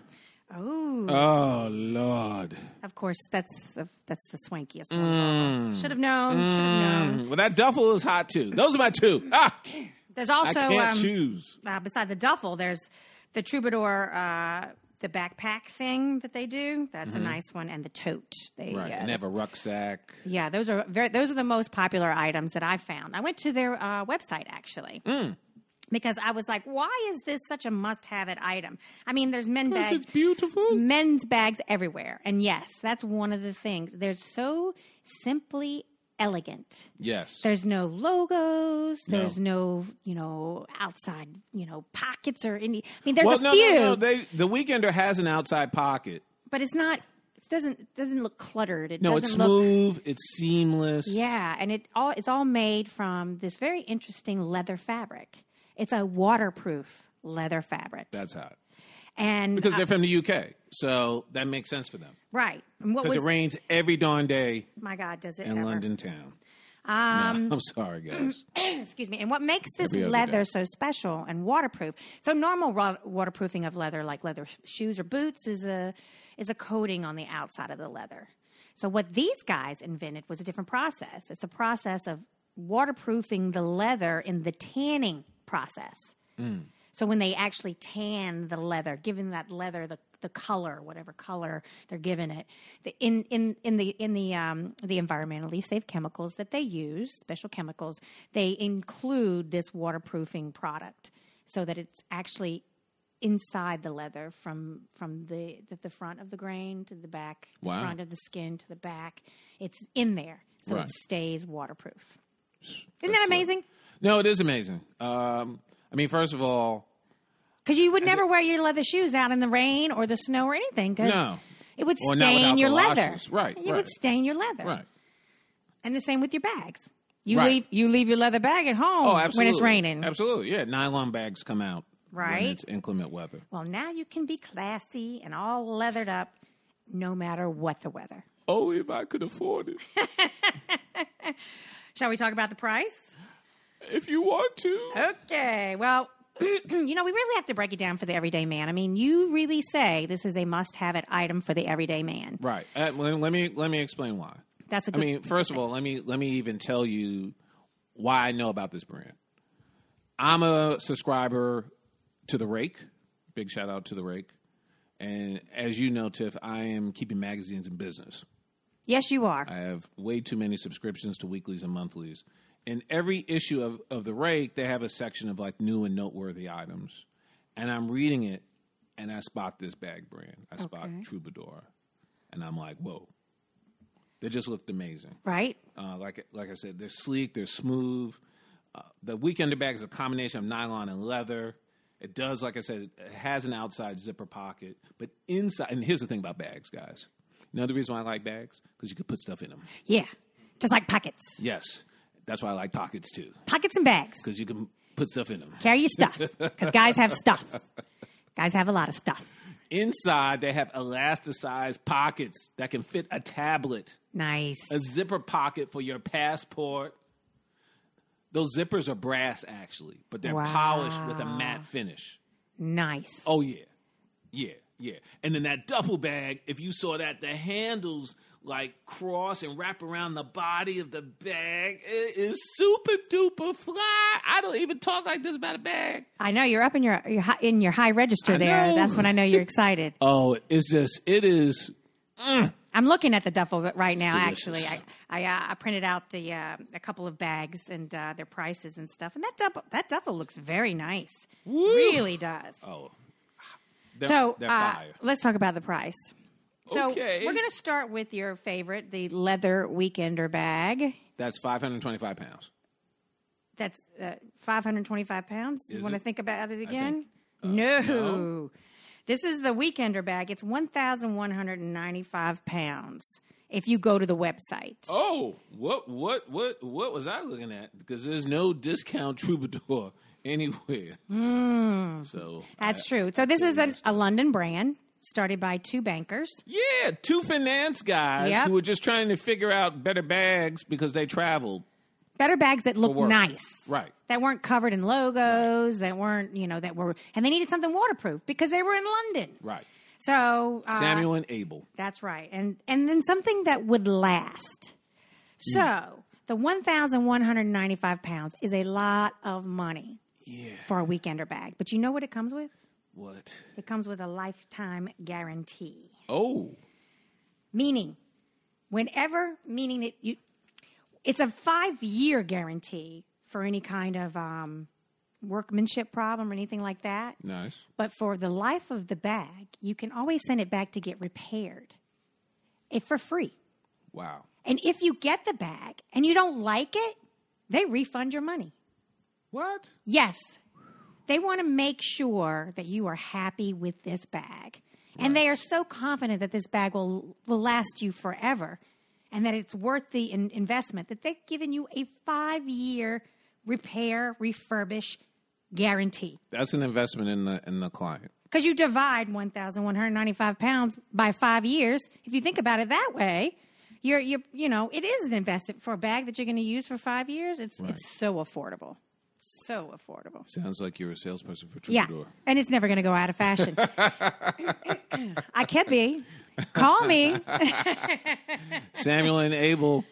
Speaker 2: Oh,
Speaker 1: Oh Lord!
Speaker 2: of course. That's the, that's the swankiest
Speaker 1: mm.
Speaker 2: one. Should have known. Should have known.
Speaker 1: Well, that duffel is hot too. Those are my two. Ah,
Speaker 2: There's
Speaker 1: I
Speaker 2: also
Speaker 1: can't
Speaker 2: um,
Speaker 1: choose.
Speaker 2: uh, beside the duffel, there's the troubadour, uh, the backpack thing that they do. That's a nice one, and the tote. They,
Speaker 1: Mm-hmm. Right,
Speaker 2: uh,
Speaker 1: and they have a rucksack.
Speaker 2: yeah, those are very, those are the most popular items that I found. I went to their uh, website actually.
Speaker 1: Mm.
Speaker 2: Because I was like, why is this such a must-have it item? I mean, there's men
Speaker 1: Yes,
Speaker 2: bags,
Speaker 1: it's beautiful.
Speaker 2: men's bags everywhere, and yes, that's one of the things. They're so simply elegant.
Speaker 1: Yes.
Speaker 2: There's no logos. There's no, you know, outside, you know, pockets or any. I mean, there's
Speaker 1: well,
Speaker 2: a
Speaker 1: no,
Speaker 2: few,
Speaker 1: no, no. They, the weekender has an outside pocket.
Speaker 2: but it's not. It doesn't doesn't look cluttered. It
Speaker 1: No,
Speaker 2: doesn't
Speaker 1: it's
Speaker 2: look,
Speaker 1: smooth. It's seamless.
Speaker 2: Yeah, and it all it's all made from this very interesting leather fabric. It's a waterproof leather fabric,
Speaker 1: That's hot.
Speaker 2: and
Speaker 1: Because
Speaker 2: uh,
Speaker 1: they're from the UK, so that makes sense for them.
Speaker 2: right. And what
Speaker 1: Because
Speaker 2: was
Speaker 1: it rains every darn day
Speaker 2: my God? Does it
Speaker 1: in
Speaker 2: ever?
Speaker 1: London town. Um, *laughs* I'm sorry, guys.
Speaker 2: *coughs* excuse me. And what makes this
Speaker 1: Every other day.
Speaker 2: leather so special and waterproof? So normal ro- waterproofing of leather, like leather sh- shoes or boots, is a is a coating on the outside of the leather. So what these guys invented was a different process. It's a process of waterproofing the leather in the tanning process. So when they actually tan the leather, giving that leather the the color, whatever color they're giving it, the, in in in the in the um, the environmentally safe chemicals that they use, special chemicals, they include this waterproofing product so that it's actually inside the leather from from the the, the front of the grain to the back,
Speaker 1: Wow.
Speaker 2: the front of the skin to the back. It's in there, so
Speaker 1: Right.
Speaker 2: it stays waterproof. Isn't that amazing?
Speaker 1: no, it is amazing. Um, I mean, first of all,
Speaker 2: Because you would never wear your leather shoes out in the rain or the snow or anything. 'cause
Speaker 1: No.
Speaker 2: It would
Speaker 1: Or not without
Speaker 2: stain your
Speaker 1: the
Speaker 2: leather.
Speaker 1: lashes. Right,
Speaker 2: It
Speaker 1: right.
Speaker 2: would stain your leather.
Speaker 1: right.
Speaker 2: And the same with your bags. You
Speaker 1: Right.
Speaker 2: leave you leave your leather bag at home
Speaker 1: Oh, absolutely.
Speaker 2: when it's raining.
Speaker 1: Absolutely. Yeah, nylon bags come out.
Speaker 2: Right.
Speaker 1: When it's inclement weather.
Speaker 2: Well, now you can be classy and all leathered up no matter what the weather.
Speaker 1: Oh, if I could afford it.
Speaker 2: Shall we talk about the price?
Speaker 1: if you want to.
Speaker 2: Okay. Well, *clears throat* you know, we really have to break it down for the everyday man. I mean, you really say this is a must have it item for the everyday man.
Speaker 1: Right. Uh, let, let me let me explain why.
Speaker 2: That's a
Speaker 1: I
Speaker 2: good
Speaker 1: mean, first of all, let me let me even tell you why I know about this brand. I'm a subscriber to the Rake. Big shout out to the Rake. And as you know, Tiff, I am keeping magazines in business.
Speaker 2: Yes, you are.
Speaker 1: I have way too many subscriptions to weeklies and monthlies. In every issue of, of the Rake, they have a section of like new and noteworthy items. And I'm reading it and I spot this bag brand. I spot
Speaker 2: Okay.
Speaker 1: Troubadour. And I'm like, whoa. They just looked amazing.
Speaker 2: Right?
Speaker 1: Uh, like like I said, they're sleek, they're smooth. Uh, the weekender bag is a combination of nylon and leather. It does, like I said, it has an outside zipper pocket, but inside. And here's the thing about bags, guys. Another reason why I like bags because you can put stuff in them.
Speaker 2: Yeah. Just like pockets.
Speaker 1: Yes, that's why I like pockets too
Speaker 2: Pockets and bags.
Speaker 1: because you can put stuff in them.
Speaker 2: Carry your stuff because guys have stuff. Guys have a lot of stuff.
Speaker 1: Inside, they have elasticized pockets that can fit a tablet,
Speaker 2: Nice.
Speaker 1: a zipper pocket for your passport. Those zippers are brass, actually, but they're polished with a matte finish.
Speaker 2: Nice.
Speaker 1: Oh yeah, yeah, yeah. And then that duffel bag, if you saw that, the handles like cross and wrap around the body of the bag. It is super duper fly. I don't even talk like this about a bag.
Speaker 2: I know you're up in your, your hi- in your high register
Speaker 1: I
Speaker 2: there.
Speaker 1: know.
Speaker 2: That's when I know you're excited.
Speaker 1: Oh, it's just it is.
Speaker 2: I'm looking at the duffel right now. Actually,
Speaker 1: delicious.
Speaker 2: I I, uh, I printed out the uh, a couple of bags and uh, their prices and stuff. And that duffel that duffel looks very nice.
Speaker 1: Woo.
Speaker 2: Really does.
Speaker 1: Oh, they're,
Speaker 2: so
Speaker 1: they're
Speaker 2: uh,
Speaker 1: fire.
Speaker 2: let's talk about the price. So
Speaker 1: Okay.
Speaker 2: we're going to start with your favorite, the leather weekender bag.
Speaker 1: That's five hundred twenty-five pounds.
Speaker 2: That's uh, 525 pounds. You
Speaker 1: Is
Speaker 2: want to
Speaker 1: it? uh,
Speaker 2: think about it again? no.
Speaker 1: no.
Speaker 2: This is the weekender bag. It's 1,195 pounds if you go to the website.
Speaker 1: Oh, what what what what was I looking at? Because there's no discount troubadour *laughs* anywhere.
Speaker 2: Hmm.
Speaker 1: So
Speaker 2: That's true. So this is an, a London brand started by two bankers.
Speaker 1: Yeah, two finance guys
Speaker 2: Yep.
Speaker 1: who were just trying to figure out better bags because they traveled.
Speaker 2: Better bags that look
Speaker 1: work.
Speaker 2: nice.
Speaker 1: Right.
Speaker 2: That weren't covered in logos, that weren't, you know, that were and they needed something waterproof because they were in London.
Speaker 1: Right.
Speaker 2: So uh,
Speaker 1: Samuel and Abel.
Speaker 2: That's right. And and then something that would last. So the one thousand one hundred and ninety five pounds is a lot of money
Speaker 1: Yeah.
Speaker 2: for a weekender bag. But you know what it comes with?
Speaker 1: What?
Speaker 2: It comes with a lifetime guarantee.
Speaker 1: Oh.
Speaker 2: meaning whenever meaning that you it's a five year guarantee for any kind of um, workmanship problem or anything like that
Speaker 1: Nice.
Speaker 2: but for the life of the bag you can always send it back to get repaired if for free
Speaker 1: Wow.
Speaker 2: and if you get the bag and you don't like it they refund your money
Speaker 1: What?
Speaker 2: Yes. They want to make sure that you are happy with this bag. And they are so confident that this bag will, will last you forever and that it's worth the in- investment that they've given you a five year repair, refurbish guarantee.
Speaker 1: That's an investment in the in the client.
Speaker 2: Because you divide 1,195 pounds by five years. If you think about it that way, you're, you're, you know, it is an investment for a bag that you're going to use for five years. It's, it's so affordable. So affordable.
Speaker 1: Sounds like you're a salesperson for
Speaker 2: Yeah.
Speaker 1: Troubadour.
Speaker 2: And it's never going to go out of fashion. *laughs* I could be. Call me.
Speaker 1: Samuel and Abel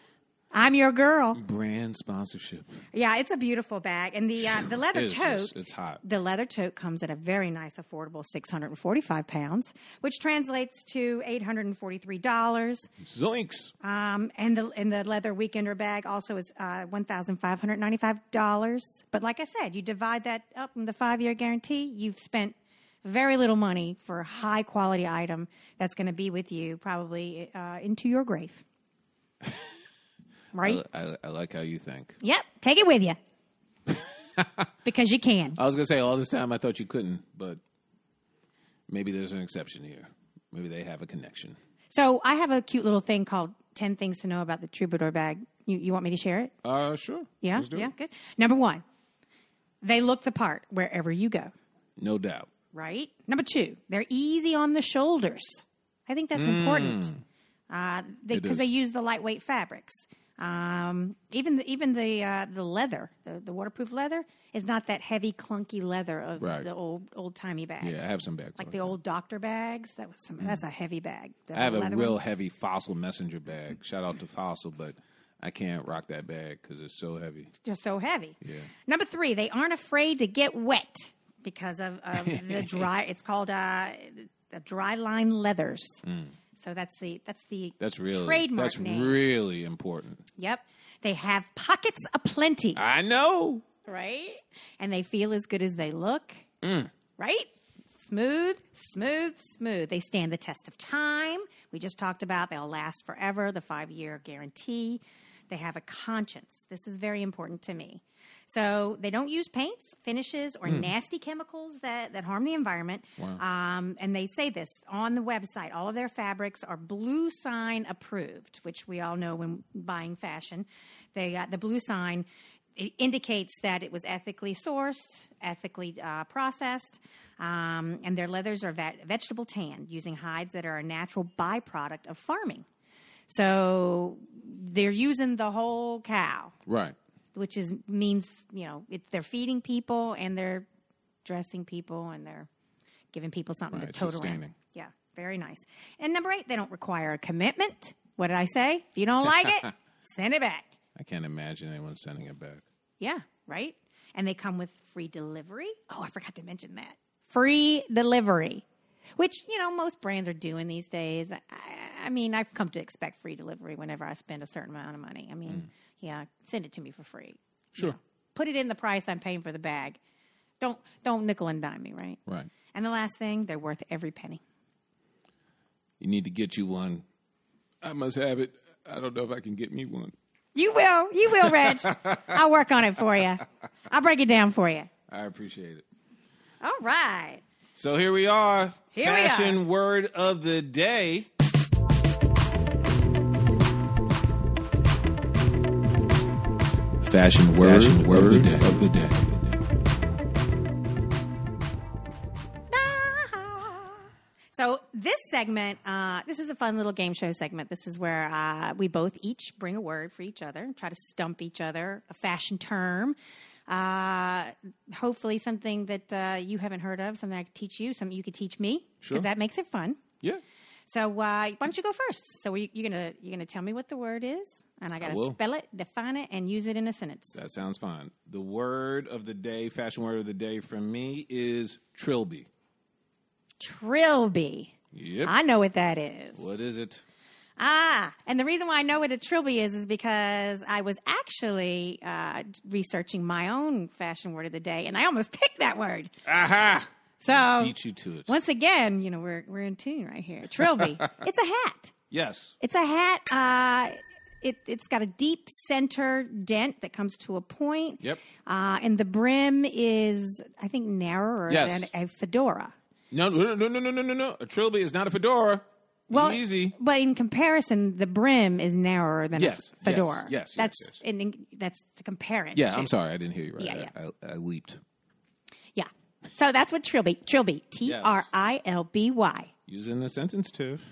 Speaker 2: I'm your girl.
Speaker 1: brand sponsorship.
Speaker 2: Yeah, it's a beautiful bag. And the uh, the leather
Speaker 1: It is,
Speaker 2: tote.
Speaker 1: It's, it's hot.
Speaker 2: the leather tote comes at a very nice, affordable 645 pounds, which translates to $843.
Speaker 1: Zoinks.
Speaker 2: Um, and the and the leather weekender bag also is uh, one thousand five hundred ninety five dollars. But like I said, you divide that up in the five year guarantee, you've spent very little money for a high quality item that's going to be with you probably uh, into your grave. right?
Speaker 1: I, I, I like how you think.
Speaker 2: yep. Take it with you because you can.
Speaker 1: I was gonna say all this time I thought you couldn't, but maybe there's an exception here. Maybe they have a connection.
Speaker 2: So I have a cute little thing called Ten Things to Know About the Troubadour Bag. You you want me to share it?
Speaker 1: Uh sure.
Speaker 2: Yeah.
Speaker 1: Let's do
Speaker 2: yeah.
Speaker 1: it.
Speaker 2: Good. Number one, they look the part wherever you go.
Speaker 1: No doubt.
Speaker 2: right? Number two, they're easy on the shoulders. I think that's important because uh, they,
Speaker 1: Mm. It
Speaker 2: 'cause
Speaker 1: is.
Speaker 2: they use the lightweight fabrics. Um, even the, even the uh, the leather, the, the waterproof leather, is not that heavy, clunky leather of
Speaker 1: Right.
Speaker 2: the old old timey bags.
Speaker 1: Yeah, I have some bags.
Speaker 2: like the old doctor bags. That was some. That's a heavy bag. The
Speaker 1: I have a
Speaker 2: leather
Speaker 1: real
Speaker 2: one.
Speaker 1: heavy fossil messenger bag. Shout out to Fossil, but I can't rock that bag because it's so heavy.
Speaker 2: They're so heavy. Number three, they aren't afraid to get wet because of,
Speaker 1: *laughs*
Speaker 2: of the dry. It's called uh, the dry line leathers. So that's the that's the
Speaker 1: Mm. That's really
Speaker 2: trademark
Speaker 1: That's
Speaker 2: name.
Speaker 1: really important.
Speaker 2: Yep, they have pockets aplenty,
Speaker 1: I know.
Speaker 2: right? And they feel as good as they look,
Speaker 1: Mm.
Speaker 2: right? Smooth, smooth, smooth. They stand the test of time. We just talked about they'll last forever, the five year guarantee. They have a conscience. This is very important to me. So they don't use paints, finishes, or nasty chemicals that, that harm the environment. Um, and they say this on the website. All of their fabrics are blue sign approved, which we all know when buying fashion. They got the uh, blue sign it indicates that it was ethically sourced, ethically uh, processed, um, and their leathers are vet- vegetable tanned using hides that are a natural byproduct of farming. So they're using the whole cow,
Speaker 1: Right.
Speaker 2: which is means you know it, they're feeding people and they're dressing people and they're giving people something
Speaker 1: Right,
Speaker 2: to total.
Speaker 1: sustaining.
Speaker 2: Yeah, very nice. And number eight, they don't require a commitment. What did I say? If you don't like
Speaker 1: *laughs*
Speaker 2: it, send it back.
Speaker 1: I can't imagine anyone sending it back.
Speaker 2: Yeah, right? And they come with free delivery. Oh, I forgot to mention that. Free delivery, which, you know, most brands are doing these days. I, I mean, I've come to expect free delivery whenever I spend a certain amount of money. I mean, yeah, send it to me for free. You
Speaker 1: Sure.
Speaker 2: know, put it in the price I'm paying for the bag. Don't don't nickel and dime me, right?
Speaker 1: Right.
Speaker 2: And the last thing, they're worth every penny.
Speaker 1: You need to get you one. I must have it. I don't know if I can get me one.
Speaker 2: You will, you will, *laughs* Reg. I'll work on it for you. I'll break it down for you.
Speaker 1: I appreciate it.
Speaker 2: All right.
Speaker 1: So here we are.
Speaker 2: Here we
Speaker 1: Fashion word of the day. Fashion word, of, the day. of the day.
Speaker 2: So this segment, uh, this is a fun little game show segment. This is where uh, we both each bring a word for each other and try to stump each other, a fashion term. Uh, hopefully, something that uh, you haven't heard of, something I could teach you, something you could teach me, because
Speaker 1: Sure.
Speaker 2: that makes it fun.
Speaker 1: Yeah.
Speaker 2: So uh, why don't you go first? So you, you're gonna you're gonna tell me what the word is, and I gotta
Speaker 1: will.
Speaker 2: spell it, define it, and use it in a sentence.
Speaker 1: That sounds fine. The word of the day, fashion word of the day from me is trilby.
Speaker 2: Trilby.
Speaker 1: Yep.
Speaker 2: I know what that is.
Speaker 1: what is it?
Speaker 2: Ah, and the reason why I know what a trilby is is because I was actually uh, researching my own fashion word of the day, and I almost *laughs* picked that word.
Speaker 1: Aha!
Speaker 2: So
Speaker 1: Beat you to it.
Speaker 2: once again, you know, we're we're in tune right here.
Speaker 1: *laughs*
Speaker 2: Trilby, it's a hat.
Speaker 1: Yes.
Speaker 2: It's a hat. Uh, it it's got a deep center dent that comes to a point.
Speaker 1: Yep.
Speaker 2: Uh, and the brim is, I think, narrower
Speaker 1: Yes.
Speaker 2: than a fedora.
Speaker 1: No, no, no, no, no, no, no, no. A trilby is not a fedora.
Speaker 2: Well, *laughs*
Speaker 1: Easy.
Speaker 2: But in comparison, the brim is narrower than
Speaker 1: Yes,
Speaker 2: a fedora.
Speaker 1: yes, yes, yes,
Speaker 2: that's
Speaker 1: yes.
Speaker 2: And, and that's to compare it.
Speaker 1: Yeah,
Speaker 2: to.
Speaker 1: I'm sorry. I didn't hear you right.
Speaker 2: Yeah,
Speaker 1: I, I, I leaped.
Speaker 2: Yeah. So that's what trilby. Trilby. T R I L B Y.
Speaker 1: Using the sentence, Tiff.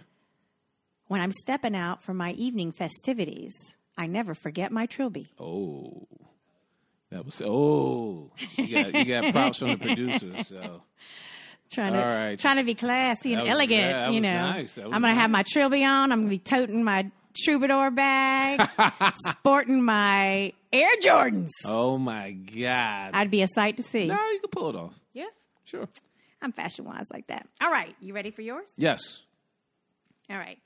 Speaker 2: When I'm stepping out for my evening festivities, I never forget my trilby.
Speaker 1: Oh, that was oh. You got you got props from the producer. So
Speaker 2: Trying to
Speaker 1: All right.
Speaker 2: trying to be classy and
Speaker 1: That was-
Speaker 2: elegant.
Speaker 1: yeah, that
Speaker 2: you
Speaker 1: was
Speaker 2: know,
Speaker 1: nice. That was
Speaker 2: I'm gonna have my
Speaker 1: nice.
Speaker 2: trilby on. I'm gonna be toting my
Speaker 1: *laughs*
Speaker 2: troubadour bag, sporting my Air Jordans.
Speaker 1: oh my god.
Speaker 2: I'd be a sight to see.
Speaker 1: now you can pull it off.
Speaker 2: Yeah.
Speaker 1: Sure.
Speaker 2: I'm fashion wise like that. All right, you ready for yours?
Speaker 1: Yes.
Speaker 2: All right.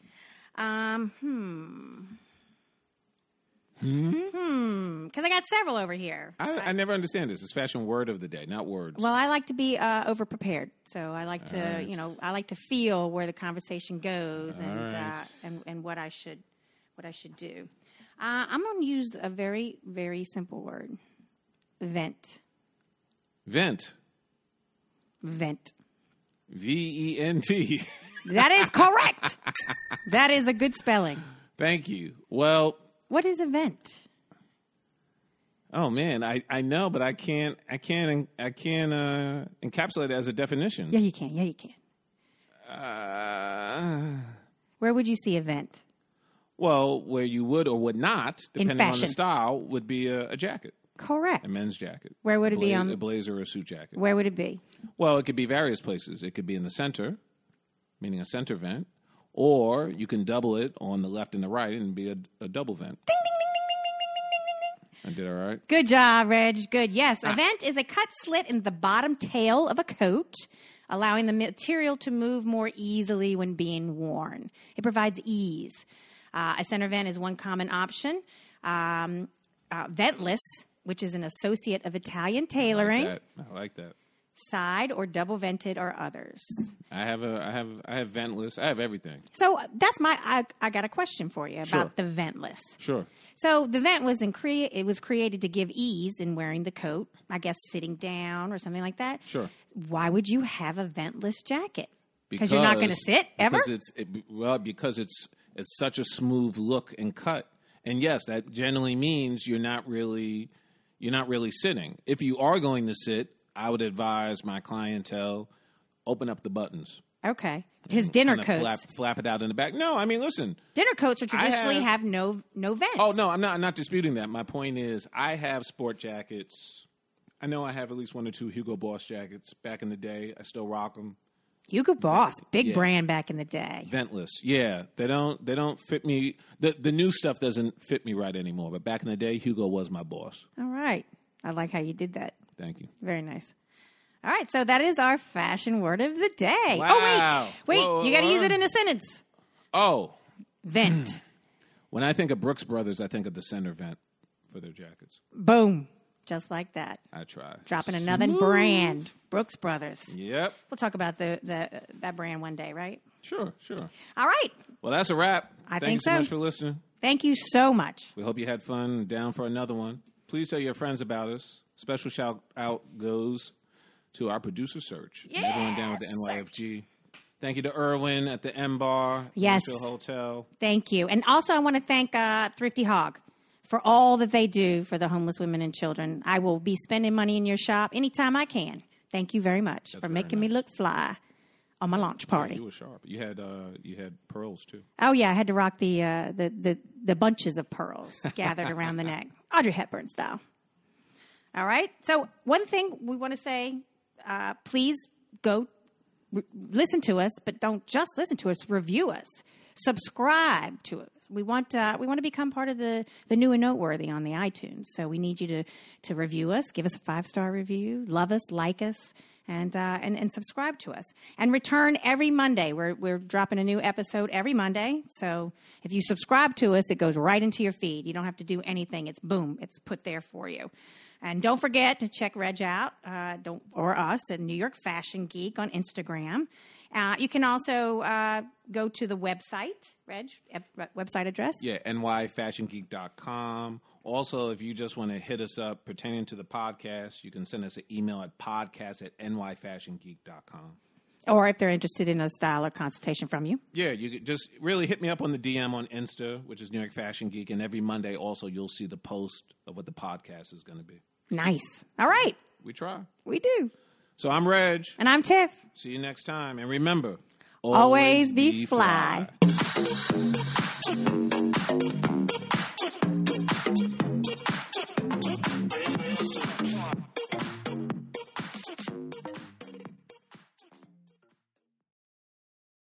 Speaker 2: Um, hmm. Hmm. Because I got several over here.
Speaker 1: I, I never understand this. It's fashion word of the day, not words.
Speaker 2: Well, I like to be uh, over prepared, so I like to, you know, I like to feel where the conversation goes and uh,
Speaker 1: right.
Speaker 2: and and what I should what I should do. Uh, I'm going to use a very very simple word: vent,
Speaker 1: Vent.
Speaker 2: vent.
Speaker 1: V E N T. *laughs*
Speaker 2: That is correct. that is a good spelling.
Speaker 1: Thank you. Well,
Speaker 2: What is a vent?
Speaker 1: oh man, I, I know, but I can't I can't I can't uh, encapsulate it as a definition.
Speaker 2: Yeah, you can. Yeah, you can.
Speaker 1: Uh,
Speaker 2: Where would you see a vent?
Speaker 1: well, where you would or would not, depending on the
Speaker 2: fashion.
Speaker 1: style, would be a, a jacket.
Speaker 2: Correct.
Speaker 1: men's jacket.
Speaker 2: Where would it be
Speaker 1: Bla-
Speaker 2: on-
Speaker 1: a blazer or a suit jacket?
Speaker 2: Where would it be?
Speaker 1: Well, it could be various places. It could be in the center, meaning a center vent, or you can double it on the left and the right and be a, a double vent. I did all right.
Speaker 2: Good job, Reg. Good. Yes,
Speaker 1: Ah.
Speaker 2: a vent is a cut slit in the bottom tail of a coat, allowing the material to move more easily when being worn. It provides ease. Uh, a center vent is one common option. Um, uh, ventless, which is an associate of Italian tailoring,
Speaker 1: That- I like that.
Speaker 2: side or double vented are others.
Speaker 1: I have a I have I have ventless. I have everything.
Speaker 2: So uh, that's my. I, I got a question for you about
Speaker 1: Sure.
Speaker 2: the ventless.
Speaker 1: Sure.
Speaker 2: So the vent was in crea- it was created to give ease in wearing the coat, I guess sitting down or something like that.
Speaker 1: Sure.
Speaker 2: Why would you have a ventless jacket? Because you're not going to sit ever.
Speaker 1: Because it's it, well because it's it's such a smooth look and cut. And yes, that generally means you're not really you're not really sitting. If you are going to sit, I would advise my clientele open up the buttons.
Speaker 2: Okay. His dinner
Speaker 1: Mm, Kinda
Speaker 2: coats.
Speaker 1: Flap, flap it out in the back. No, I mean, listen.
Speaker 2: Dinner coats are traditionally
Speaker 1: have-
Speaker 2: have, no no vents.
Speaker 1: Oh no, I'm not. I'm not disputing that. My point is, I have sport jackets. I know I have at least one or two Hugo Boss jackets back in the day. I still rock them.
Speaker 2: Hugo Boss, big
Speaker 1: Yeah.
Speaker 2: brand back in the day.
Speaker 1: Ventless, yeah. They don't. They don't fit me. The the new stuff doesn't fit me right anymore. But back in the day, Hugo was my boss.
Speaker 2: All right. I like how you did that.
Speaker 1: Thank you.
Speaker 2: Very nice. All right, so that is our fashion word of the day.
Speaker 1: Wow.
Speaker 2: Oh wait, wait,
Speaker 1: Whoa,
Speaker 2: you got to
Speaker 1: whoa,
Speaker 2: use
Speaker 1: whoa.
Speaker 2: it in
Speaker 1: *clears throat*
Speaker 2: a sentence.
Speaker 1: Oh,
Speaker 2: Vent.
Speaker 1: when I think of Brooks Brothers, I think of the center vent for their jackets.
Speaker 2: Boom. Just like that.
Speaker 1: I try
Speaker 2: Dropping another brand, Brooks Brothers.
Speaker 1: Yep.
Speaker 2: We'll talk about the, the uh, that brand one day, right?
Speaker 1: Sure. Sure.
Speaker 2: All right.
Speaker 1: Well, that's a wrap.
Speaker 2: I
Speaker 1: Thank you
Speaker 2: think
Speaker 1: so
Speaker 2: so.
Speaker 1: much for listening.
Speaker 2: Thank you so much.
Speaker 1: We hope you had fun. Down for another one. Please tell your friends about us. Special shout out goes to our producer Serge. and everyone down with the NYFG. Thank you to Irwin at the M Bar,
Speaker 2: Yes.
Speaker 1: Nashville Hotel.
Speaker 2: Thank you. And also, I want to thank uh, Thrifty Hog for all that they do for the homeless women and children. I will be spending money in your shop anytime I can. Thank you very much for
Speaker 1: very
Speaker 2: making me look fly on my launch party.
Speaker 1: You were sharp. You had uh, you had pearls too.
Speaker 2: Oh yeah, I had to rock the uh, the, the the bunches of pearls gathered around the neck, Audrey Hepburn style. All right. So one thing we want to say, uh, please go re- listen to us, but don't just listen to us. Review us, subscribe to us. We want uh, we want to become part of the the new and noteworthy on the iTunes. So we need you to to review us, give us a five star review, love us, like us. And, uh, and and subscribe to us and return every Monday. We're we're dropping a new episode every Monday. So if you subscribe to us, it goes right into your feed. You don't have to do anything. It's boom. It's put there for you. And don't forget to check Reg out, uh, don't, or us at New York Fashion Geek on Instagram. Uh, you can also uh, go to the website, Reg, eb- website address.
Speaker 1: Yeah, nyfashiongeek.com. Also, if you just want to hit us up pertaining to the podcast, you can send us an email at podcast at nyfashiongeek.com.
Speaker 2: Or if they're interested in a style or consultation from you.
Speaker 1: Yeah, you could just really hit me up on the DM on Insta, which is New York Fashion Geek, and every Monday also you'll see the post of what the podcast is going to be.
Speaker 2: Nice. All right.
Speaker 1: We try.
Speaker 2: We do.
Speaker 1: So I'm Reg.
Speaker 2: And I'm Tiff.
Speaker 1: See you next time, and remember,
Speaker 2: Always, be, fly.